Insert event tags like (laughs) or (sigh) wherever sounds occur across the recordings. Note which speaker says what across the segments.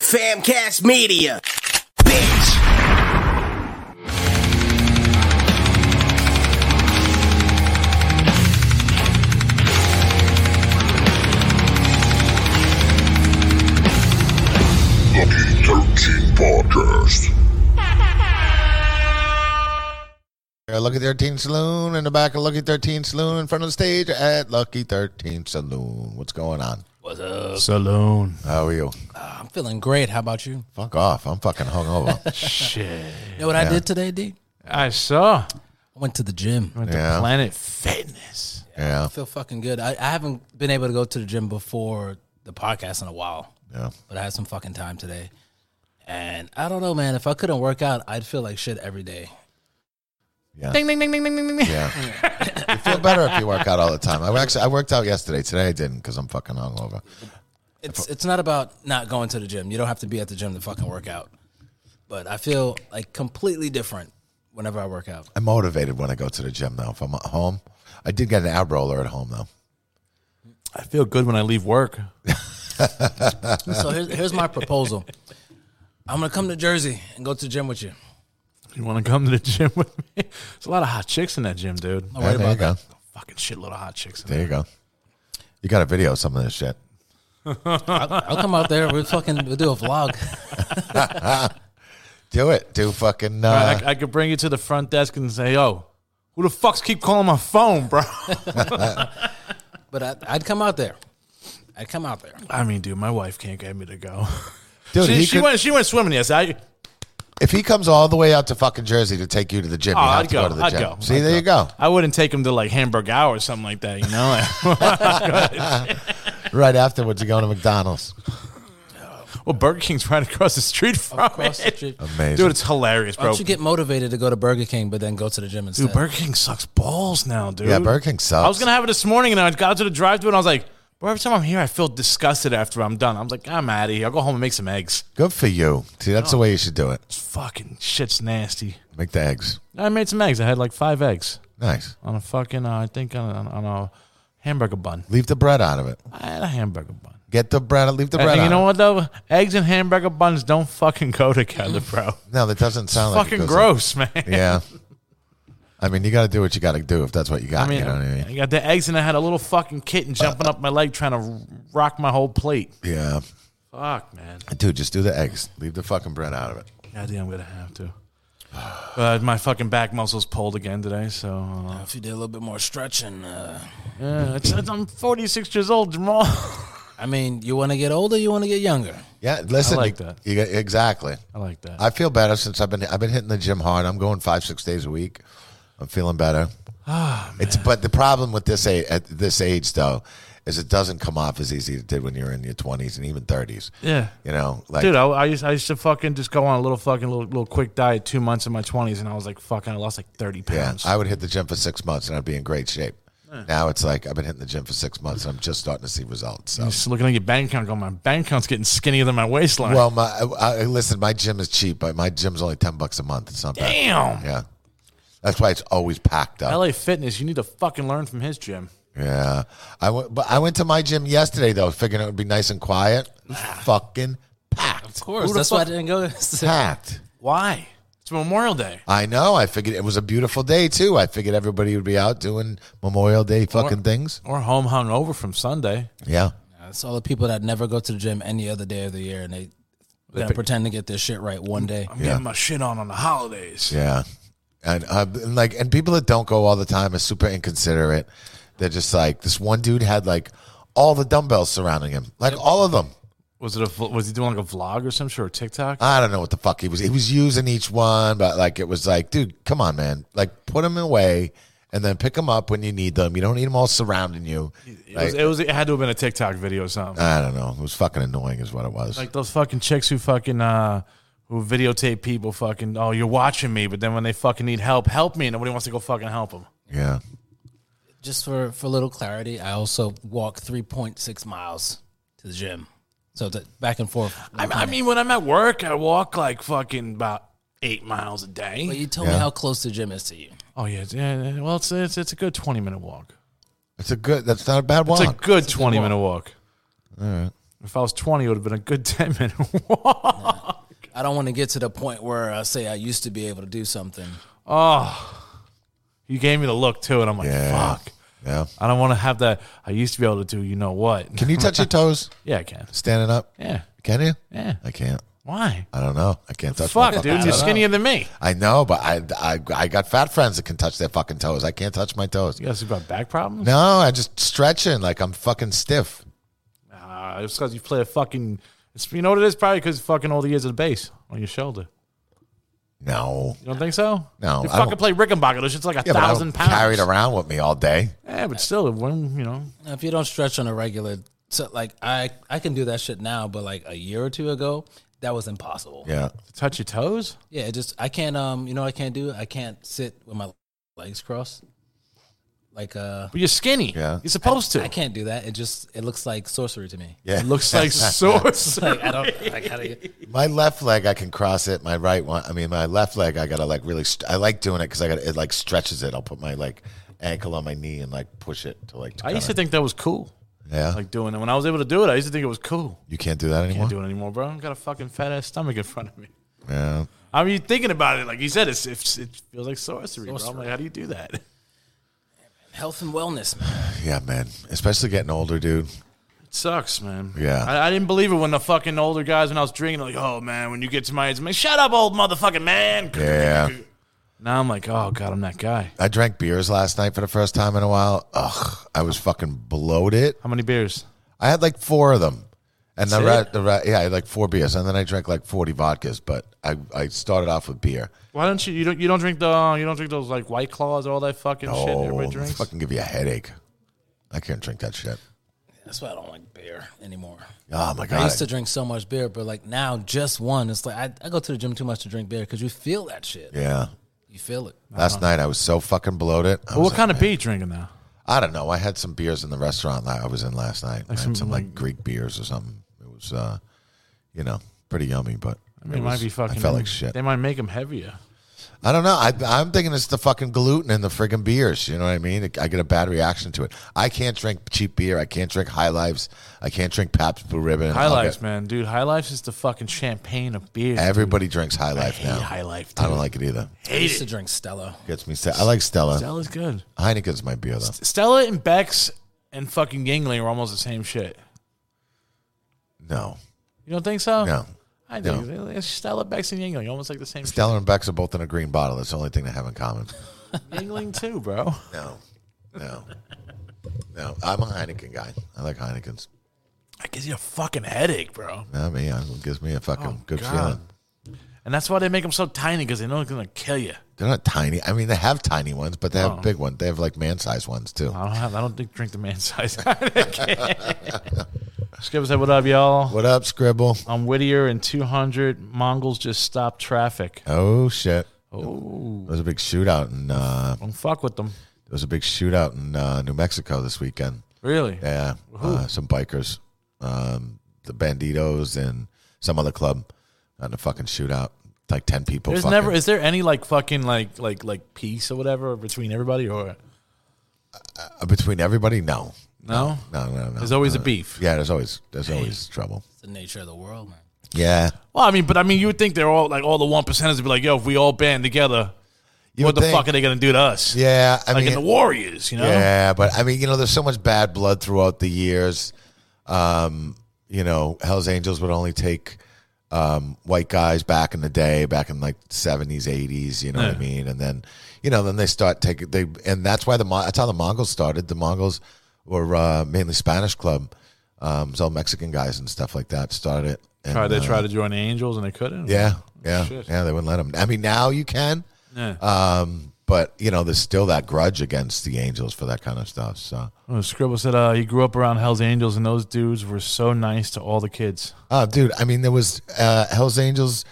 Speaker 1: Famcast Media. Bitch.
Speaker 2: Lucky 13 Podcast.
Speaker 3: At Lucky 13 Saloon in the back of Lucky 13 Saloon in front of the stage at Lucky 13 Saloon. What's going on?
Speaker 4: Saloon.
Speaker 3: How are you?
Speaker 5: I'm feeling great. How about you?
Speaker 3: Fuck off. I'm fucking
Speaker 4: (laughs)
Speaker 3: hungover.
Speaker 4: Shit.
Speaker 5: You know what I did today, D?
Speaker 4: I saw.
Speaker 5: I went to the gym.
Speaker 4: Went
Speaker 3: Yeah.
Speaker 4: to Planet Fitness.
Speaker 3: yeah.
Speaker 5: I feel fucking good. I, I haven't been able to go to the gym before the podcast in a while,
Speaker 3: Yeah.
Speaker 5: but I had some fucking time today. And I don't know, man. If I couldn't work out, I'd feel like shit every day.
Speaker 3: Yeah. Ding, ding, ding, ding, ding, ding, Yeah.
Speaker 4: (laughs)
Speaker 3: you feel better if you work out all the time. I actually I worked out yesterday. Today I didn't because I'm fucking hungover.
Speaker 5: It's it's not about not going to the gym. You don't have to be at the gym to fucking work out. But I feel like completely different whenever I work out.
Speaker 3: I'm motivated when I go to the gym though. If I'm at home, I did get an ab roller at home though.
Speaker 4: I feel good when I leave work.
Speaker 5: So here's, here's my proposal. I'm gonna come to Jersey and go to the gym with you.
Speaker 4: You want to come to the gym with me? There's a lot of hot chicks in that gym, dude.
Speaker 5: Don't worry
Speaker 3: Yeah, there you
Speaker 5: about that.
Speaker 3: go.
Speaker 4: Fucking shitload of hot chicks in
Speaker 3: There you go. You got a video of some of this shit.
Speaker 5: I'll come out there. We'll fucking we'll do a vlog.
Speaker 3: Do it. Do fucking. Uh,
Speaker 4: All right, I, I could bring you to the front desk and say, yo, who the fuck's keep calling my phone, bro? (laughs)
Speaker 5: But I, I'd come out there. I'd come out there.
Speaker 4: I mean, dude, my wife can't get me to go.
Speaker 3: dude,
Speaker 4: she
Speaker 3: he
Speaker 4: she
Speaker 3: could-
Speaker 4: went she went swimming yesterday. I,
Speaker 3: If he comes all the way out to fucking Jersey to take you to the gym,
Speaker 4: Oh,
Speaker 3: you have
Speaker 4: I'd
Speaker 3: to go,
Speaker 4: go.
Speaker 3: to the
Speaker 4: I'd
Speaker 3: gym.
Speaker 4: go.
Speaker 3: See,
Speaker 4: I'd
Speaker 3: there you go.
Speaker 4: I wouldn't take him to like Hamburg Hour or something like that, you know? (laughs)
Speaker 3: Right afterwards, you're going to McDonald's.
Speaker 4: well, Burger King's (laughs) right across the street from
Speaker 5: Across the
Speaker 4: it.
Speaker 5: street.
Speaker 3: Amazing.
Speaker 4: Dude, it's hilarious,
Speaker 5: Why
Speaker 4: bro.
Speaker 5: don't you get motivated to go to Burger King, but then go to the gym instead?
Speaker 4: Dude, Burger King sucks balls now, dude.
Speaker 3: yeah, Burger King sucks.
Speaker 4: I was gonna have it this morning, and I got to the drive-thru, and I was like, "Bro, every time I'm here, I feel disgusted after I'm done." I was like, "I'm out of here. I'll go home and make some eggs."
Speaker 3: Good for you. See, that's the way you should do it.
Speaker 4: This fucking shit's nasty.
Speaker 3: Make the eggs.
Speaker 4: I made some eggs. I had like five eggs
Speaker 3: Nice.
Speaker 4: on a fucking, uh, I think on, a- on a hamburger bun.
Speaker 3: Leave the bread out of it.
Speaker 4: I had a hamburger bun.
Speaker 3: Get the bread. Leave the
Speaker 4: And
Speaker 3: bread.
Speaker 4: you
Speaker 3: out
Speaker 4: know
Speaker 3: of
Speaker 4: what though? Eggs and hamburger buns don't fucking go together, bro.
Speaker 3: it. No, that doesn't sound like it
Speaker 4: fucking
Speaker 3: goes like-
Speaker 4: gross,
Speaker 3: (laughs)
Speaker 4: man.
Speaker 3: yeah. I mean, you got to do what you got to do if that's what you got.
Speaker 4: I mean,
Speaker 3: you know what I mean?
Speaker 4: I got the eggs, and I had a little fucking kitten jumping up my leg trying to rock my whole plate.
Speaker 3: Yeah.
Speaker 4: Fuck, man.
Speaker 3: Dude, just do the eggs. Leave the fucking bread out of it.
Speaker 4: Goddamn, I'm gonna have to. But my fucking back muscles pulled again today, so uh,
Speaker 5: If you did a little bit more stretching, uh,
Speaker 4: yeah, it's, it's- I'm 46 years old, Jamal. (laughs)
Speaker 5: I mean, you want to get older, you want to get younger.
Speaker 3: Yeah, listen.
Speaker 4: I like
Speaker 3: you-
Speaker 4: that.
Speaker 3: you got- exactly.
Speaker 4: I like that.
Speaker 3: I feel better since I've been I've been hitting the gym hard. I'm going five six days a week. I'm feeling better.
Speaker 4: Ah,
Speaker 3: it's but the problem with this age, at this age though is it doesn't come off as easy as it did when you were in your 20s and even 30s.
Speaker 4: Yeah.
Speaker 3: you know, like
Speaker 4: Dude, I, I used I used to fucking just go on a little fucking little, little quick diet two months in my 20s, and I was like fucking, I lost like 30
Speaker 3: yeah,
Speaker 4: pounds.
Speaker 3: I would hit the gym for six months and I'd be in great shape. Now it's like I've been hitting the gym for six months and I'm just starting to see results. So.
Speaker 4: just looking at your bank account, going, my bank account's getting skinnier than my waistline.
Speaker 3: Well, my I, I- listen, my gym is cheap, but my gym's only ten bucks a month. It's not bad.
Speaker 4: Damn.
Speaker 3: Yeah, that's why it's always packed up.
Speaker 4: LA Fitness, you need to fucking learn from his gym.
Speaker 3: Yeah, I went, but I went to my gym yesterday though, figuring it would be nice and quiet. fucking packed,
Speaker 5: Ah. Of course,
Speaker 4: the
Speaker 5: that's why I
Speaker 4: fuck-
Speaker 5: didn't go.
Speaker 3: packed.
Speaker 4: Why? It's Memorial Day.
Speaker 3: I know. I figured it was a beautiful day too. I figured everybody would be out doing Memorial Day fucking things.
Speaker 4: Or home hung over from Sunday.
Speaker 3: Yeah,
Speaker 5: (laughs) That's all the people that never go to the gym any other day of the year, and they they gonna pretend to get their shit right one day.
Speaker 4: I'm getting my shit on on the holidays.
Speaker 3: yeah, and, uh, and like, and people that don't go all the time are super inconsiderate. They're just like this one dude had like all the dumbbells surrounding him, like all of them.
Speaker 4: Was it a vl- was he doing like a vlog or some shit or TikTok?
Speaker 3: I don't know what the fuck he was. He was using each one, but like it was like, dude, come on, man. Like put them away and then pick them up when you need them. You don't need them all surrounding you.
Speaker 4: It was,
Speaker 3: Like,
Speaker 4: it was it had to have been a TikTok video or something.
Speaker 3: I don't know. It was fucking annoying, is what it was.
Speaker 4: like those fucking chicks who fucking uh who videotape people fucking oh you're watching me, but then when they fucking need help, help me. Nobody wants to go fucking help them.
Speaker 3: yeah,
Speaker 5: Just for for little clarity, I also walk 3.6 miles to the gym, so that back and forth.
Speaker 4: I, I mean, when I'm at work, I walk like fucking about eight miles a
Speaker 5: But
Speaker 4: day.
Speaker 5: you told
Speaker 3: Yeah.
Speaker 5: me how close the gym is to you.
Speaker 4: Oh yeah, it's- yeah. yeah. Well, it's it's, it's a good twenty minute walk.
Speaker 3: it's a good. That's not a bad
Speaker 4: It's
Speaker 3: one.
Speaker 4: a good twenty minute walk. If I was 20, it would have been a good (laughs) 10 minute walk.
Speaker 5: I don't want to get to the point where I say I used to be able to do something.
Speaker 4: Oh, You gave me the look too, and I'm like,
Speaker 3: Yeah.
Speaker 4: fuck.
Speaker 3: Yeah.
Speaker 4: I don't want to have that. I used to be able to do, you know what? (laughs)
Speaker 3: Can you touch your toes
Speaker 4: yeah, I can.
Speaker 3: standing up?
Speaker 4: Yeah,
Speaker 3: Can you?
Speaker 4: yeah.
Speaker 3: I can't.
Speaker 4: Why?
Speaker 3: I don't know. I can't touch. my
Speaker 4: Fuck,
Speaker 3: fucking
Speaker 4: dude, you're
Speaker 3: toes.
Speaker 4: skinnier than me.
Speaker 3: I know, but I, I I got fat friends that can touch their fucking toes. I can't touch my toes.
Speaker 4: You guys have got back problems?
Speaker 3: No, I just stretching like I'm fucking stiff.
Speaker 4: Uh, it's because you play a fucking. It's, you know what it is? Probably because fucking all the years of the bass on your shoulder.
Speaker 3: No,
Speaker 4: You don't think so?
Speaker 3: No,
Speaker 4: You
Speaker 3: I
Speaker 4: fucking
Speaker 3: don't-
Speaker 4: play Rickenbacker. This shit's like a
Speaker 3: yeah, but I
Speaker 4: thousand
Speaker 3: don't
Speaker 4: pounds.
Speaker 3: carry it around with me all day.
Speaker 4: Yeah, but still, when, you know.
Speaker 5: Now, If you don't stretch on a regular, so like I, I can do that shit now, but like a year or two ago, that was impossible.
Speaker 3: Yeah,
Speaker 4: Touch your toes?
Speaker 5: Yeah, it just I can't. Um, you know, what I can't do. I can't sit with my legs crossed. Like uh,
Speaker 4: But you're skinny.
Speaker 3: Yeah.
Speaker 4: You're supposed to.
Speaker 5: I can't do that. It just it looks like sorcery to me.
Speaker 3: yeah.
Speaker 4: It
Speaker 3: (laughs)
Speaker 4: looks like source.
Speaker 5: Like I don't like how do you?
Speaker 3: my left leg, I can cross it. My right one, I mean, my left leg, I gotta like really. St- I like doing it because I got to it like stretches it. I'll put my like ankle on my knee and like push it to like. To
Speaker 4: I used to
Speaker 3: kinda-
Speaker 4: think that was cool.
Speaker 3: yeah,
Speaker 4: Like doing it. When I was able to do it, I used to think it was cool.
Speaker 3: you can't do that anymore.
Speaker 4: Can't do it anymore, bro. I've got a fucking fat ass stomach in front of me.
Speaker 3: yeah,
Speaker 4: I mean, thinking about it, like you said, it's, it's it feels like sorcery, bro. I'm
Speaker 5: Sorcery.
Speaker 4: like, how do you do that?
Speaker 5: Health and wellness, man.
Speaker 3: yeah, man. Especially getting older,
Speaker 4: (laughs)
Speaker 3: dude.
Speaker 4: Sucks, man.
Speaker 3: Yeah.
Speaker 4: I, I didn't believe it when the fucking older guys, when I was drinking, like, oh man, when you get to my age, I'm like, shut up, old motherfucking man.
Speaker 3: Yeah.
Speaker 4: Now I'm like, oh god, I'm that guy.
Speaker 3: I drank beers last night for the first time in a while. Ugh, I was fucking bloated.
Speaker 4: How many beers?
Speaker 3: I had like four of them, and the
Speaker 4: it?
Speaker 3: re the re- yeah, I had like four beers, and then I drank like forty vodkas. But I, I started off with beer.
Speaker 4: Why don't you you don't you don't drink the uh, you don't drink those like white claws or all that fucking shit everybody
Speaker 3: Oh,
Speaker 4: drinks?
Speaker 3: fucking give you a headache. I can't drink that shit.
Speaker 5: That's why I don't like beer anymore.
Speaker 3: Oh my
Speaker 5: I
Speaker 3: god,
Speaker 5: used to drink so much beer, but like now, just one. It's like I, I go to the gym too much to drink beer because you feel that shit.
Speaker 3: yeah.
Speaker 5: You feel it.
Speaker 3: Last night I was so fucking bloated. I,
Speaker 4: But
Speaker 3: was
Speaker 4: Uh-huh. what
Speaker 3: like,
Speaker 4: kind of beer you drinking now?
Speaker 3: I don't know. I had some beers in the restaurant that I was in last night. I had some, like Greek beers or something. It was, uh, you know, pretty yummy, but
Speaker 4: I mean, it might
Speaker 3: was-
Speaker 4: be fucking.
Speaker 3: I felt like shit.
Speaker 4: They might make them heavier.
Speaker 3: I don't know. I, I'm thinking it's the fucking gluten in the friggin' beers. You know what I mean? I get a bad reaction to it. I can't drink cheap beer. I can't drink High Lives. I can't drink Pabst Blue Ribbon.
Speaker 4: High
Speaker 3: I'll
Speaker 4: Life's,
Speaker 3: get-
Speaker 4: man, dude. High Life's is the fucking champagne of beer.
Speaker 3: Everybody drinks High Life
Speaker 4: hate
Speaker 3: now.
Speaker 4: High Life,
Speaker 3: I don't
Speaker 4: dude.
Speaker 3: like it either.
Speaker 5: I used
Speaker 4: Hate
Speaker 5: to
Speaker 4: it.
Speaker 5: drink Stella.
Speaker 3: Gets me. St- I like Stella.
Speaker 4: Stella's good.
Speaker 3: Heineken's my beer though.
Speaker 4: Stella and Beck's and fucking Yingling are almost the same shit.
Speaker 3: No,
Speaker 4: You don't think so?
Speaker 3: no.
Speaker 4: I do. It's Stella, Beck's, and Yingling almost like the same. shit.
Speaker 3: Stella and Beck's are both in a green bottle. That's the only thing they have in common.
Speaker 4: Yingling too, bro.
Speaker 3: No, no, no. I'm a Heineken guy. I like Heinekens.
Speaker 4: That gives you a fucking headache, bro.
Speaker 3: I mean, it gives me a fucking
Speaker 4: Oh,
Speaker 3: good
Speaker 4: God.
Speaker 3: feeling.
Speaker 4: And that's why they make them so tiny because they know it's gonna kill you.
Speaker 3: They're not tiny. I mean, they have tiny ones, but they have big ones. They have like man sized ones too.
Speaker 4: I don't have. I don't think drink the man (laughs) size. Skip said, "What up, y'all?
Speaker 3: What up, Scribble?
Speaker 4: I'm Whittier and 200 Mongols just stopped traffic.
Speaker 3: Oh shit! Oh, there was a big shootout in uh, there
Speaker 4: Don't fuck with them.
Speaker 3: was a big shootout in uh, New Mexico this weekend.
Speaker 4: Really?
Speaker 3: Yeah, uh, some bikers, um, the Banditos, and some other club got in a fucking shootout. Like ten people.
Speaker 4: There's
Speaker 3: fucking-
Speaker 4: never. Is there any like fucking like like like peace or whatever between everybody or
Speaker 3: Uh, between everybody. No,
Speaker 4: no?
Speaker 3: no, no, no.
Speaker 4: There's always a
Speaker 3: Uh,
Speaker 4: beef.
Speaker 3: Yeah, there's always there's always trouble.
Speaker 5: It's the nature of the world, man.
Speaker 3: Yeah,
Speaker 4: Well, I mean, but I mean, you would think they're all like all the one percenters would be like, yo, if we all band together,
Speaker 3: You
Speaker 4: what
Speaker 3: would
Speaker 4: the
Speaker 3: think.
Speaker 4: fuck are they gonna do to us?
Speaker 3: yeah. I
Speaker 4: like
Speaker 3: mean,
Speaker 4: in the Warriors, you know?
Speaker 3: Yeah, but I mean, you know, there's so much bad blood throughout the years. Um, you know, Hell's Angels would only take um, white guys back in the day, back in like 70s, 80s. You know what I
Speaker 4: Yeah.
Speaker 3: mean? And then, you know, then they start taking they, and that's why the Mon- that's how the Mongols started. The Mongols were uh, mainly Spanish club. Um, it's all Mexican guys and stuff like that started it. And,
Speaker 4: Tried they
Speaker 3: uh,
Speaker 4: tried to join the Angels and they couldn't.
Speaker 3: Yeah, yeah,
Speaker 4: Shit.
Speaker 3: yeah. They wouldn't let them. I mean, now you can.
Speaker 4: Yeah.
Speaker 3: Um, but you know, there's still that grudge against the Angels for that kind of stuff. So.
Speaker 4: Oh, Scribble said uh, he grew up around Hell's Angels and those dudes were so nice to all the kids.
Speaker 3: Oh, dude. I mean, there was uh, Hell's Angels.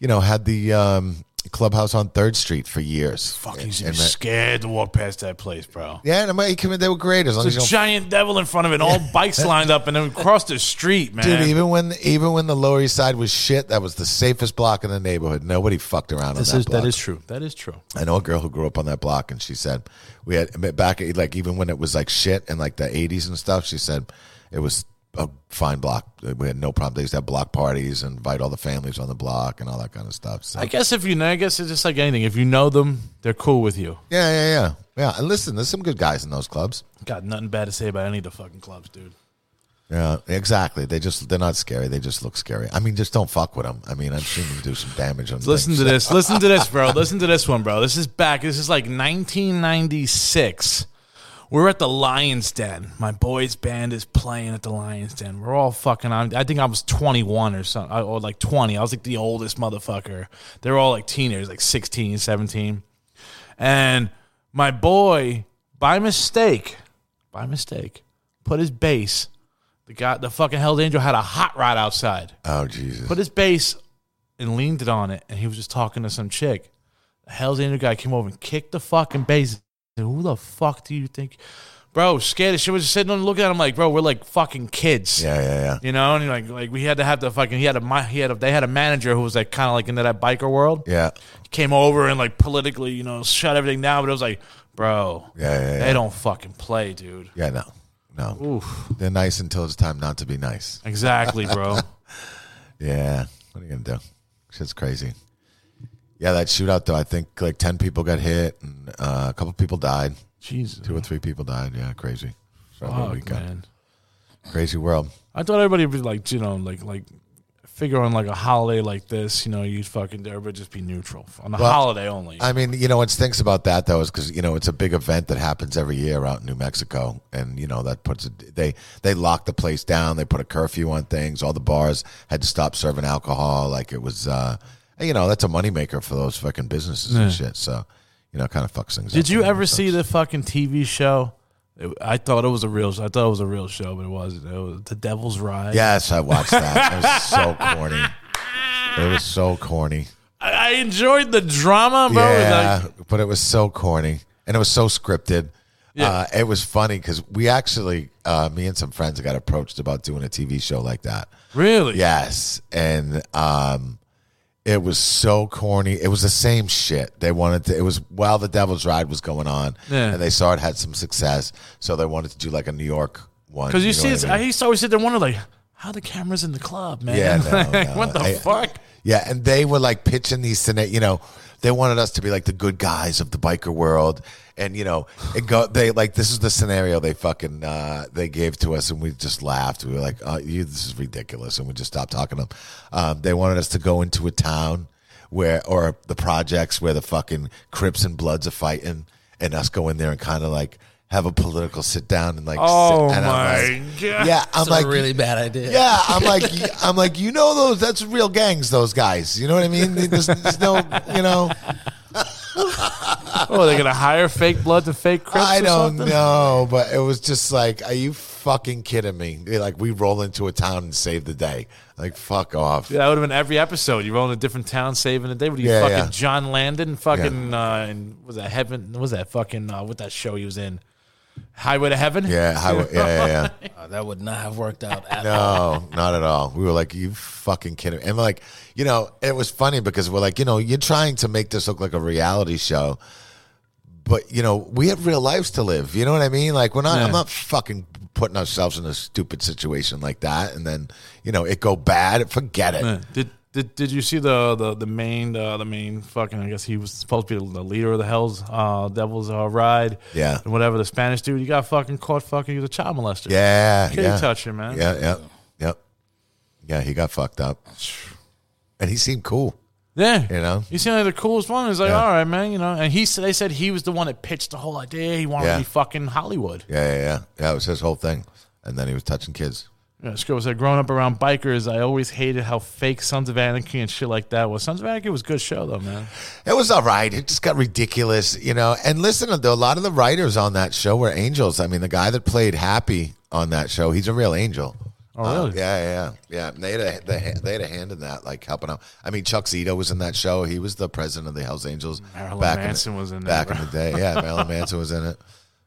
Speaker 3: You know, had the um, clubhouse on Third Street for years.
Speaker 4: Fuck,
Speaker 3: And-
Speaker 4: you used to be
Speaker 3: and that-
Speaker 4: scared to walk past that place, bro.
Speaker 3: yeah, and I might come in, they were great as long as
Speaker 4: There's
Speaker 3: you
Speaker 4: a
Speaker 3: don't.
Speaker 4: giant devil in front of it, and
Speaker 3: (laughs)
Speaker 4: all bikes lined up, and then across the street, man.
Speaker 3: Dude, even when even when the Lower East Side was shit, that was the safest block in the neighborhood. Nobody fucked around
Speaker 4: this
Speaker 3: on that
Speaker 4: is
Speaker 3: block.
Speaker 4: that is true. That is true.
Speaker 3: I know a girl who grew up on that block, and she said we had back like even when it was like shit in like the eighties and stuff. She said it was a fine block. We had no problem. They used to have block parties and invite all the families on the block and all that kind of stuff. So
Speaker 4: I guess if you know, I guess it's just like anything. If you know them, they're cool with you.
Speaker 3: yeah, yeah, yeah, yeah. And listen, there's some good guys in those clubs.
Speaker 4: Got nothing bad to say about any of the fucking clubs, dude.
Speaker 3: Yeah, exactly. They just they're not scary. They just look scary. I mean, just don't fuck with them. I mean, I've seen them do some damage on.
Speaker 4: Listen
Speaker 3: things.
Speaker 4: to this. Listen to this, bro. Listen to this one, bro. This is back. This is like 1996. We're at the Lions Den. My boys' band is playing at the Lions Den. We're all fucking. I'm- I think I was 21 or something, or like 20. I was like the oldest motherfucker. They're all like teenagers, like 16, 17. And my boy, by mistake, by mistake, put his bass. The guy, the fucking Hell's Angel had a hot rod outside
Speaker 3: Oh Jesus!
Speaker 4: put his bass and leaned it on it, and he was just talking to some chick. The Hell's Angel guy came over and kicked the fucking bass. Said, Who the fuck do you think? Bro, scared as shit was just sitting on looking at him like, bro, we're like fucking kids.
Speaker 3: yeah, yeah, yeah.
Speaker 4: You know, and he like like we had to have the fucking he had a mi- he had a they had a manager who was like kind of like into that biker world.
Speaker 3: Yeah,
Speaker 4: Came over and like politically, you know, shut everything down. But it was like, bro,
Speaker 3: yeah, yeah, yeah.
Speaker 4: they don't fucking play, dude.
Speaker 3: yeah no, no. They're nice until it's time not to be nice.
Speaker 4: Exactly,
Speaker 3: (laughs)
Speaker 4: bro.
Speaker 3: Yeah. What are you gonna do? Shit's crazy. Yeah, that shootout though. I think like ten people got hit and uh, a couple people died.
Speaker 4: Jesus,
Speaker 3: Two or three people died. Yeah, crazy. Struggle
Speaker 4: fuck,
Speaker 3: weekend.
Speaker 4: man.
Speaker 3: Crazy world.
Speaker 4: I thought everybody would be like, you know, like like figure on like a holiday like this, you know, you fucking everybody just be neutral on the
Speaker 3: Well,
Speaker 4: holiday only.
Speaker 3: I mean, you know, what stinks about that though is because you know it's a big event that happens every year out in New Mexico, and you know that puts a, they they lock the place down. They put a curfew on things. All the bars had to stop serving alcohol. Like it was, uh, you know, that's a moneymaker for those fucking businesses and shit. So, you know, it kind of fucks things.
Speaker 4: Did
Speaker 3: up
Speaker 4: you
Speaker 3: for them
Speaker 4: ever
Speaker 3: and stuff.
Speaker 4: see the fucking TV show? It- I thought it was a real. I thought it was a real show, but it wasn't. It was The Devil's Ride.
Speaker 3: Yes, I watched that. It was so
Speaker 4: (laughs)
Speaker 3: corny. It was so corny.
Speaker 4: I, I enjoyed the drama, bro. It was
Speaker 3: Yeah,
Speaker 4: like-
Speaker 3: but it was so corny and it was so scripted. Uh, it was funny because we actually, uh, me and some friends got approached about doing a TV show like that.
Speaker 4: really?
Speaker 3: Yes, and um, it was so corny. It was the same shit they wanted to. It was while the Devil's Ride was going on,
Speaker 4: Yeah.
Speaker 3: and they saw it had some success, so they wanted to do like a New York one.
Speaker 4: Because you,
Speaker 3: know
Speaker 4: see,
Speaker 3: what
Speaker 4: it's,
Speaker 3: I mean?
Speaker 4: I used to always sit there and wonder, like, how the cameras in the club, man? (laughs)
Speaker 3: Yeah, no,
Speaker 4: Like,
Speaker 3: no.
Speaker 4: what the
Speaker 3: I-
Speaker 4: fuck?
Speaker 3: Yeah, and they were like pitching these, scena- you know, they wanted us to be like the good guys of the biker world, and you know, it go they like this is the scenario they fucking uh, they gave to us, and we just laughed. We were like, oh, "You, this is ridiculous," and we just stopped talking to them. Um, they wanted us to go into a town where, or the projects where the fucking Crips and Bloods are fighting, and us go in there and kind of like have a political sit down and like,
Speaker 4: Oh
Speaker 3: sit, and
Speaker 4: my
Speaker 3: I'm like,
Speaker 4: god!
Speaker 3: yeah, I'm
Speaker 5: It's
Speaker 3: like
Speaker 5: a really bad idea.
Speaker 3: yeah, I'm like, (laughs) I'm like, you know those? That's real gangs. Those guys. You know what I mean? There's, there's no, you
Speaker 4: (laughs)
Speaker 3: know.
Speaker 4: Oh, they're gonna hire fake blood to fake Crips.
Speaker 3: I
Speaker 4: or
Speaker 3: don't
Speaker 4: something?
Speaker 3: know, but it was just like, are you fucking kidding me? They're like, we roll into a town and save the day. Like, fuck off.
Speaker 4: Yeah, that would have been every episode. You're in a different town, saving the day. What are you
Speaker 3: Yeah,
Speaker 4: fucking
Speaker 3: yeah.
Speaker 4: John Landon? Fucking uh, and was that heaven? what Was that fucking uh, what that show he was in? Highway to Heaven.
Speaker 3: Yeah, highway, yeah, yeah, yeah.
Speaker 5: Uh, that would not have worked out at all.
Speaker 3: No, not at all. We were like, you fucking kidding me? And like, you know, it was funny because we're like, you know, you're trying to make this look like a reality show. But you know we have real lives to live. You know what I mean? Like we're not.
Speaker 4: Yeah.
Speaker 3: I'm not fucking putting ourselves in a stupid situation like that, and then you know it go bad. Forget it.
Speaker 4: Uh, Did, did did you see the the the main uh, the main fucking? I guess he was supposed to be the leader of the Hell's uh, Devil's uh, Ride.
Speaker 3: Yeah.
Speaker 4: and whatever the Spanish dude, you got fucking caught fucking. He was a child molester.
Speaker 3: Yeah,
Speaker 4: Can't
Speaker 3: yeah.
Speaker 4: touch him, man.
Speaker 3: Yeah, yeah, yep, yeah. He got fucked up, and he seemed cool.
Speaker 4: Yeah,
Speaker 3: You know?
Speaker 4: you seem like the coolest one. He's like,
Speaker 3: Yeah.
Speaker 4: all right, man, you know. And he said, they said he was the one that pitched the whole idea. He wanted
Speaker 3: Yeah.
Speaker 4: to be fucking Hollywood.
Speaker 3: Yeah, yeah, yeah. Yeah, it was his whole thing, and then he was touching kids.
Speaker 4: Yeah, Scribble said, growing up around bikers, I always hated how fake Sons of Anarchy and shit like that was. Sons of Anarchy was a good show, though, man.
Speaker 3: It was all right. It just got ridiculous, you know. And listen, though, a lot of the writers on that show were angels. I mean, the guy that played Happy on that show, he's a real angel. Um,
Speaker 4: Oh, really?
Speaker 3: yeah, yeah, yeah. They had a they, had- they had a hand in that, like helping out. I mean, Chuck Zito was in that show. He was the president of the Hell's Angels.
Speaker 4: Marilyn
Speaker 3: in the-
Speaker 4: Manson was in there,
Speaker 3: back in the day. Yeah, Marilyn Manson was in it.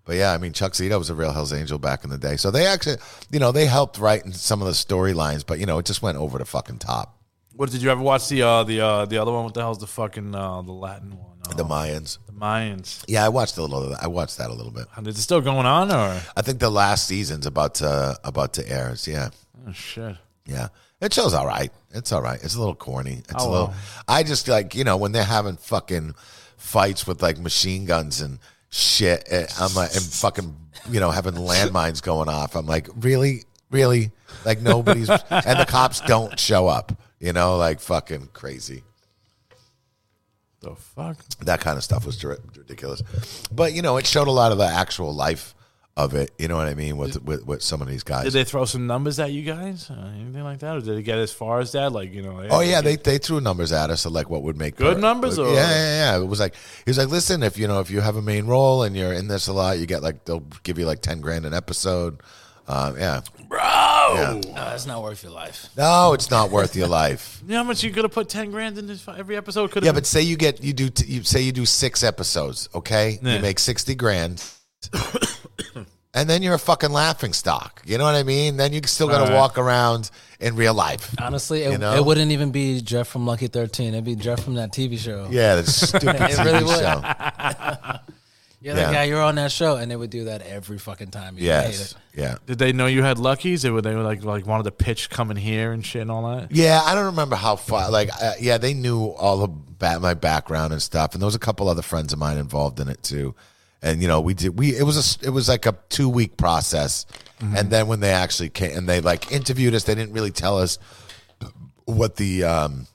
Speaker 3: But yeah, I mean, Chuck Zito was a real Hell's Angel back in the day. So they actually, you know, they helped write in some of the storylines, but you know, it just went over the fucking top.
Speaker 4: What did you ever watch the uh, the uh, the other one? What the hell's the fucking uh, the Latin one?
Speaker 3: The Mayans.
Speaker 4: The Mayans.
Speaker 3: Yeah, I watched a little. I watched that a little bit.
Speaker 4: Is it still going on or?
Speaker 3: I think the last season's about to about to air. It's- Yeah,
Speaker 4: Oh, shit.
Speaker 3: yeah. It show's all right. It's all right. It's a little corny. It's
Speaker 4: Oh,
Speaker 3: a little.
Speaker 4: well.
Speaker 3: I just like you know when they're having fucking fights with like machine guns and shit. eh, I'm like and fucking you know having landmines going off. I'm like really, really like nobody's
Speaker 4: (laughs)
Speaker 3: and the cops don't show up. You know, like fucking crazy.
Speaker 4: The fuck?
Speaker 3: that kind of stuff was dri- ridiculous. But you know, it showed a lot of the actual life of it. You know what I mean? With with, with some of these
Speaker 4: Did
Speaker 3: guys.
Speaker 4: they throw some numbers at you guys? Uh, anything like that? Or did it get as far as that? Like, you know.
Speaker 3: Oh yeah, they they threw numbers at us of like what would make
Speaker 4: Good numbers
Speaker 3: Yeah,
Speaker 4: or-
Speaker 3: yeah, yeah. It was like he was like, listen, if you know if you have a main role and you're in this a lot, you get like they'll give you like ten grand an episode. Um, yeah,
Speaker 4: Bro!
Speaker 5: No, that's not worth your life.
Speaker 3: no, it's not worth your
Speaker 4: (laughs)
Speaker 3: life.
Speaker 4: You know how much you could have put 10 grand in this, every episode? Could
Speaker 3: Yeah,
Speaker 4: have
Speaker 3: but say you get you do t- you say you do six episodes, okay?
Speaker 4: Yeah.
Speaker 3: You make sixty grand, and then you're a fucking laughing stock. You know what I mean? Then you still got to
Speaker 4: All right.
Speaker 3: walk around in real life.
Speaker 4: Uh,
Speaker 5: Honestly, it,
Speaker 3: You know?
Speaker 5: it wouldn't even be Jeff from Lucky Thirteen. It'd be Jeff from that TV show.
Speaker 3: Yeah, that's
Speaker 4: (laughs)
Speaker 3: stupid TV
Speaker 5: really would.
Speaker 3: show.
Speaker 5: You're like,
Speaker 3: Yeah.
Speaker 5: yeah, you're on that show, and they would do that every fucking time. You hate
Speaker 3: Yes,
Speaker 5: it.
Speaker 3: yeah,
Speaker 4: Did they know you had Luckies? Or were they like like wanted to pitch coming here and shit and all that?
Speaker 3: yeah. I don't remember how far. Like, uh, yeah, they knew all about my background and stuff, and there was a couple other friends of mine involved in it too. And you know, we did. We it was a s- it was like a two week process, and then when they actually came and they like interviewed us, they didn't really tell us what the um,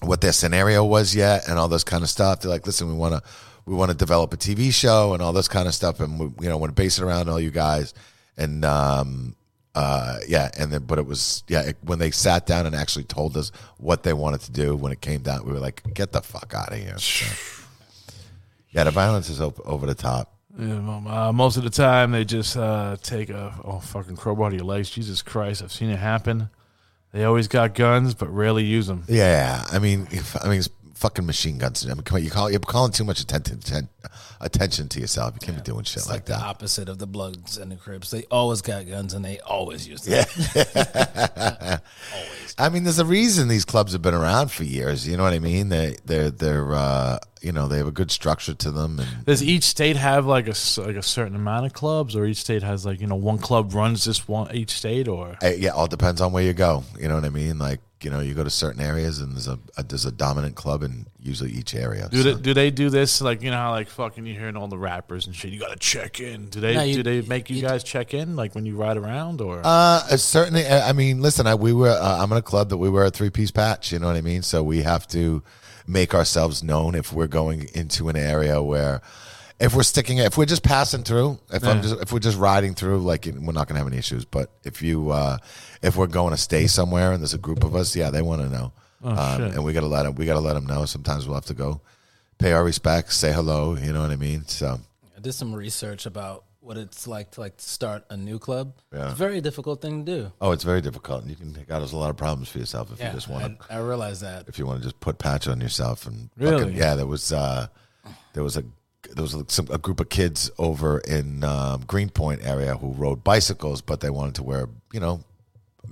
Speaker 3: what their scenario was yet and all this kind of stuff. They're like, listen, we want to we want to develop a TV show and all this kind of stuff, and we you know want to base it around all you guys. And um, uh, yeah, and then but it was yeah it, when they sat down and actually told us what they wanted to do when it came down, we were like, get the fuck out of here.
Speaker 5: (sighs)
Speaker 3: So, yeah, the violence is op- over the top.
Speaker 4: Yeah, well, uh, most of the time they just uh, take a oh fucking crowbar to your legs. Jesus Christ, I've seen it happen. They always got guns, but rarely use them.
Speaker 3: Yeah, I mean, if, I mean, it's fucking machine guns. I mean, come on, you call you're calling too much attention attention to yourself. You can't be doing shit
Speaker 5: It's
Speaker 3: like
Speaker 5: like
Speaker 3: that.
Speaker 5: the opposite of the Bloods and the Crips. They always got guns and they always use them.
Speaker 3: Yeah. I mean, there's a reason these clubs have been around for years. You know what I mean? They, they're, they're, uh, you know, they have a good structure to them, and
Speaker 4: Does each state have like a s- like a certain amount of clubs, or each state has like you know one club runs this one each state, or
Speaker 3: uh, yeah, all depends on where you go. You know what I mean? Like, you know, you go to certain areas, and there's a, a there's a dominant club in usually each area.
Speaker 4: do
Speaker 3: so-
Speaker 4: they, do they do this like you know how like fucking you hearing all the rappers and shit? You got to check in. Do they
Speaker 5: No, you-
Speaker 4: do they make you,
Speaker 5: you-
Speaker 4: guys check in like when you ride around or?
Speaker 3: Uh, uh, certainly. uh, I mean, listen, I, we were. Uh, I'm in a club that we wear a three piece patch. You know what I mean? So we have to make ourselves known if we're going into an area where, if we're sticking, if we're just passing through, if I'm just, if we're just riding through, like we're not gonna have any issues. But if you, uh, if we're going to stay somewhere and there's a group of us, yeah, they want to know, um,
Speaker 4: shit.
Speaker 3: and we gotta let them. We gotta let them know. Sometimes we'll have to go, pay our respects, say hello. You know what I mean? So
Speaker 5: I did some research about what it's like to like start a new club.
Speaker 3: Yeah.
Speaker 5: It's a very difficult thing to do.
Speaker 3: oh, it's very difficult, and you can cause a lot of problems for yourself if
Speaker 5: Yeah,
Speaker 3: you just want to.
Speaker 5: I, I realize that.
Speaker 3: if you want to just put patch on yourself and
Speaker 4: Really?
Speaker 3: fucking- yeah there was uh there was a there was a, some, a group of kids over in um, Greenpoint area who rode bicycles but they wanted to wear you know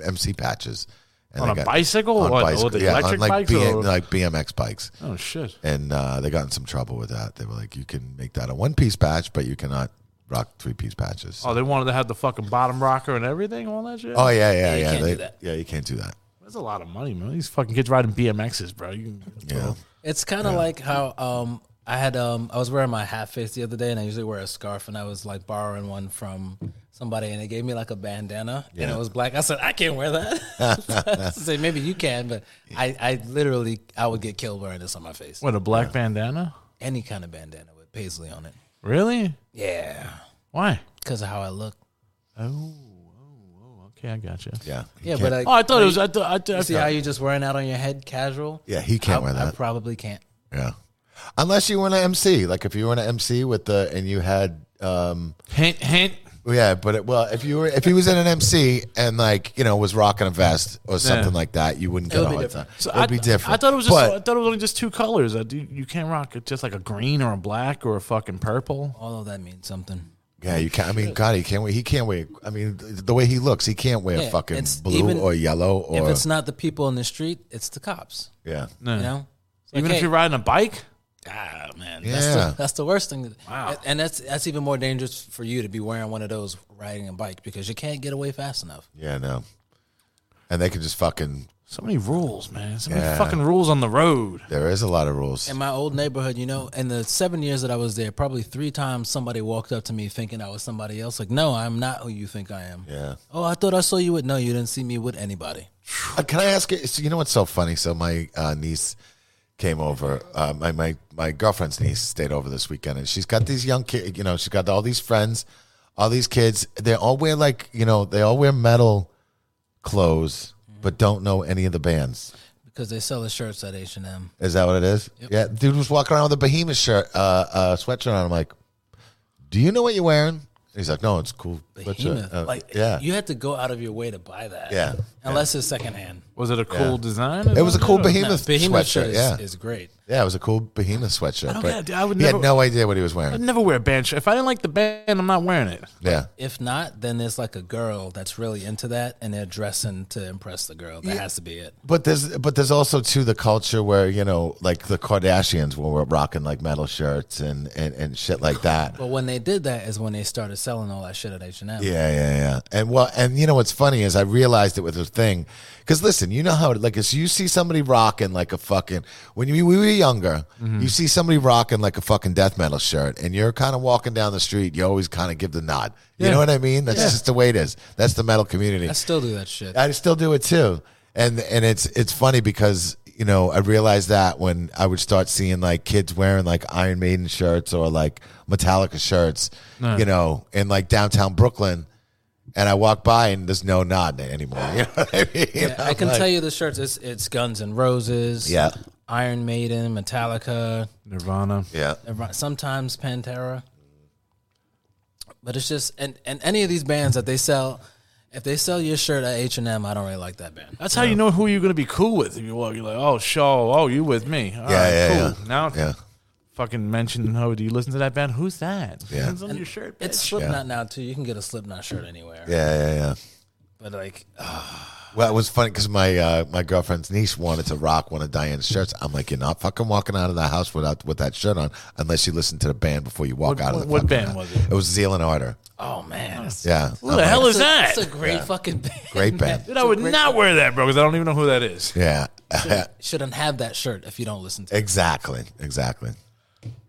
Speaker 3: MC patches and
Speaker 4: On
Speaker 3: they
Speaker 4: a bicycle?
Speaker 3: on
Speaker 4: What,
Speaker 3: bicycle-
Speaker 4: with the
Speaker 3: yeah,
Speaker 4: electric
Speaker 3: on like,
Speaker 4: bikes
Speaker 3: BM
Speaker 4: or-
Speaker 3: like BMX bikes
Speaker 4: oh shit!
Speaker 3: and uh, they got in some trouble with that they were like you can make that a one piece patch but you cannot rock three piece patches
Speaker 4: Oh, they wanted to have the fucking bottom rocker and everything, all that shit.
Speaker 3: oh yeah yeah yeah
Speaker 5: you
Speaker 3: yeah,
Speaker 5: can't
Speaker 3: they-
Speaker 5: do that.
Speaker 3: yeah you can't do that
Speaker 4: That's a lot of money, man. These fucking kids riding BMXs, bro. You can,
Speaker 3: yeah
Speaker 5: It's kind of like how um I had um I was wearing my half face the other day, and I usually wear a scarf, and I was like borrowing one from somebody, and they gave me like a bandana, and it was black. I said I can't wear that. (laughs) I said maybe you can, but I I literally I would get killed wearing this on my face.
Speaker 4: What a black bandana?
Speaker 5: Any kind of bandana with paisley on it.
Speaker 4: Really?
Speaker 5: Yeah,
Speaker 4: Why?
Speaker 5: because of how I look.
Speaker 4: Oh, oh, oh okay, I got you.
Speaker 3: yeah You
Speaker 5: Yeah,
Speaker 3: can't-
Speaker 5: but I,
Speaker 4: Oh, I thought it was. I thought. I thought
Speaker 5: see how you just wearing out on your head, casual.
Speaker 3: yeah he can't
Speaker 5: I,
Speaker 3: wear that
Speaker 5: I probably can't.
Speaker 3: Yeah. Unless you were an MC, like if you were an MC with the and you had, um, oh,
Speaker 4: hint, hint.
Speaker 3: yeah, but it, well, if you were if he was in an MC and like you know was rocking a vest or something
Speaker 4: Yeah.
Speaker 3: like that, you wouldn't get
Speaker 5: would
Speaker 3: a
Speaker 5: be
Speaker 3: hard time.
Speaker 5: different.
Speaker 4: So
Speaker 3: It'd
Speaker 4: I,
Speaker 3: be different.
Speaker 4: I thought it was just. I
Speaker 3: But,
Speaker 4: thought it was only just two colors. I do, you can't rock it just like a green or a black or a fucking purple.
Speaker 5: All of that means something.
Speaker 3: yeah, you can't. I mean, God, he can't wear. He can't wear. I mean, the way he looks, he can't wear
Speaker 5: Yeah,
Speaker 3: fucking
Speaker 5: it's
Speaker 3: blue
Speaker 5: even-
Speaker 3: or yellow or
Speaker 5: if it's not the people in the street, it's the cops.
Speaker 3: yeah.
Speaker 5: You know, It's like,
Speaker 4: Even
Speaker 5: hey,
Speaker 4: if you're riding a bike,
Speaker 5: ah man, that's the-
Speaker 3: Yeah.
Speaker 5: that's the, worst thing. Wow. And that's that's even more dangerous for you to be wearing one of those riding a bike because you can't get away fast enough.
Speaker 3: Yeah, no. And they could just fucking.
Speaker 4: So many rules, man. So many
Speaker 3: Yeah.
Speaker 4: fucking rules on the road.
Speaker 3: There is a lot of rules.
Speaker 5: In my old neighborhood, you know, in the seven years that I was there, probably three times somebody walked up to me thinking I was somebody else. Like, no, I'm not who you think I am.
Speaker 3: Yeah.
Speaker 5: Oh, I thought I saw you with. No, you didn't see me with anybody.
Speaker 3: Uh, can I ask you? So you know what's so funny? So my uh, niece came over. Uh, my my my girlfriend's niece stayed over this weekend, and she's got these young kids. You know, she's got all these friends, all these kids. They all wear like you know, they all wear metal clothes, but don't know any of the bands.
Speaker 5: Because they sell the shirts at H and M.
Speaker 3: Is that what it is? Yeah, dude was walking around with a Behemoth shirt, uh, uh, sweatshirt on. I'm like, do you know what you're wearing? He's like, no, it's cool. sweatshirt." Uh,
Speaker 5: Like,
Speaker 3: yeah,
Speaker 5: you had to go out of your way to buy that.
Speaker 3: Yeah.
Speaker 5: unless it's secondhand.
Speaker 4: Was it a cool design?
Speaker 3: it was a cool
Speaker 5: (laughs) No,
Speaker 3: Behemoth,
Speaker 5: Behemoth
Speaker 3: sweatshirt.
Speaker 5: shirt is,
Speaker 3: yeah,
Speaker 5: is great.
Speaker 3: yeah, it was a cool Behemoth sweatshirt.
Speaker 4: don't
Speaker 3: but
Speaker 4: get it. I would
Speaker 3: he
Speaker 4: never-
Speaker 3: had no idea what he was
Speaker 4: I'd
Speaker 3: wearing.
Speaker 4: never wear a band shirt. If I didn't like the band, I'm not wearing it.
Speaker 3: Yeah.
Speaker 5: If not, then there's like a girl that's really into that, and they're dressing to impress the girl. That has to be it.
Speaker 3: But there's but there's also too the culture where you know like the Kardashians were rocking like metal shirts and and, and shit like
Speaker 4: (laughs)
Speaker 3: that.
Speaker 5: But when they did that, is when they started selling all that shit at H and M.
Speaker 3: Yeah, yeah, yeah. And well, and you know what's funny is I realized it with a thing because listen, you know how like if you see somebody rocking like a fucking when you, we were younger,
Speaker 4: Mm-hmm.
Speaker 3: you see somebody rocking like a fucking death metal shirt, and you're kind of walking down the street, you always kind of give the nod. You
Speaker 4: Yeah.
Speaker 3: know what I mean? That's just the way it is. That's the metal community.
Speaker 5: I still do that shit.
Speaker 3: I still do it too. And and it's it's funny because you know I realized that when I would start seeing like kids wearing like Iron Maiden shirts or like Metallica shirts, you know, in like downtown Brooklyn, and I walk by and there's no nod anymore. (laughs) You know what I mean?
Speaker 5: I can tell you the shirts. It's, it's Guns and Roses.
Speaker 3: Yeah.
Speaker 5: Iron Maiden, Metallica,
Speaker 4: Nirvana.
Speaker 3: Yeah.
Speaker 5: sometimes Pantera. But it's just and and any of these bands that they sell, if they sell your shirt at H and M, I don't really like that band.
Speaker 4: That's how you know who you're going to be cool with. If you walk, you're like, oh, Shaw. Oh, you with me. All right,
Speaker 3: Yeah, yeah,
Speaker 4: cool.
Speaker 3: yeah.
Speaker 4: Now,
Speaker 3: Yeah.
Speaker 4: fucking mention, oh, do you listen to that band? Who's that?
Speaker 3: Yeah.
Speaker 4: Hands on your shirt, bitch.
Speaker 5: It's Slipknot now too. You can get a Slipknot shirt anywhere.
Speaker 3: Yeah, yeah, yeah.
Speaker 5: But like,
Speaker 3: Well, it was funny because my uh, my girlfriend's niece wanted to rock one of Diane's shirts. I'm like, you're not fucking walking out of the house without with that shirt on unless you listen to the band before you walk
Speaker 4: What-
Speaker 3: out of the.
Speaker 4: what
Speaker 3: fucking
Speaker 4: band
Speaker 3: house.
Speaker 4: was it?
Speaker 3: It was Zealand Order.
Speaker 5: oh man, it's,
Speaker 3: Yeah.
Speaker 4: Who the hell is that?
Speaker 5: it's a great fucking band.
Speaker 4: (laughs)
Speaker 3: Great band.
Speaker 4: Dude, I would not wear that, bro, because I don't even know who that is.
Speaker 3: Yeah. (laughs)
Speaker 5: Shouldn't have that shirt if you don't listen to. it.
Speaker 3: exactly. Exactly.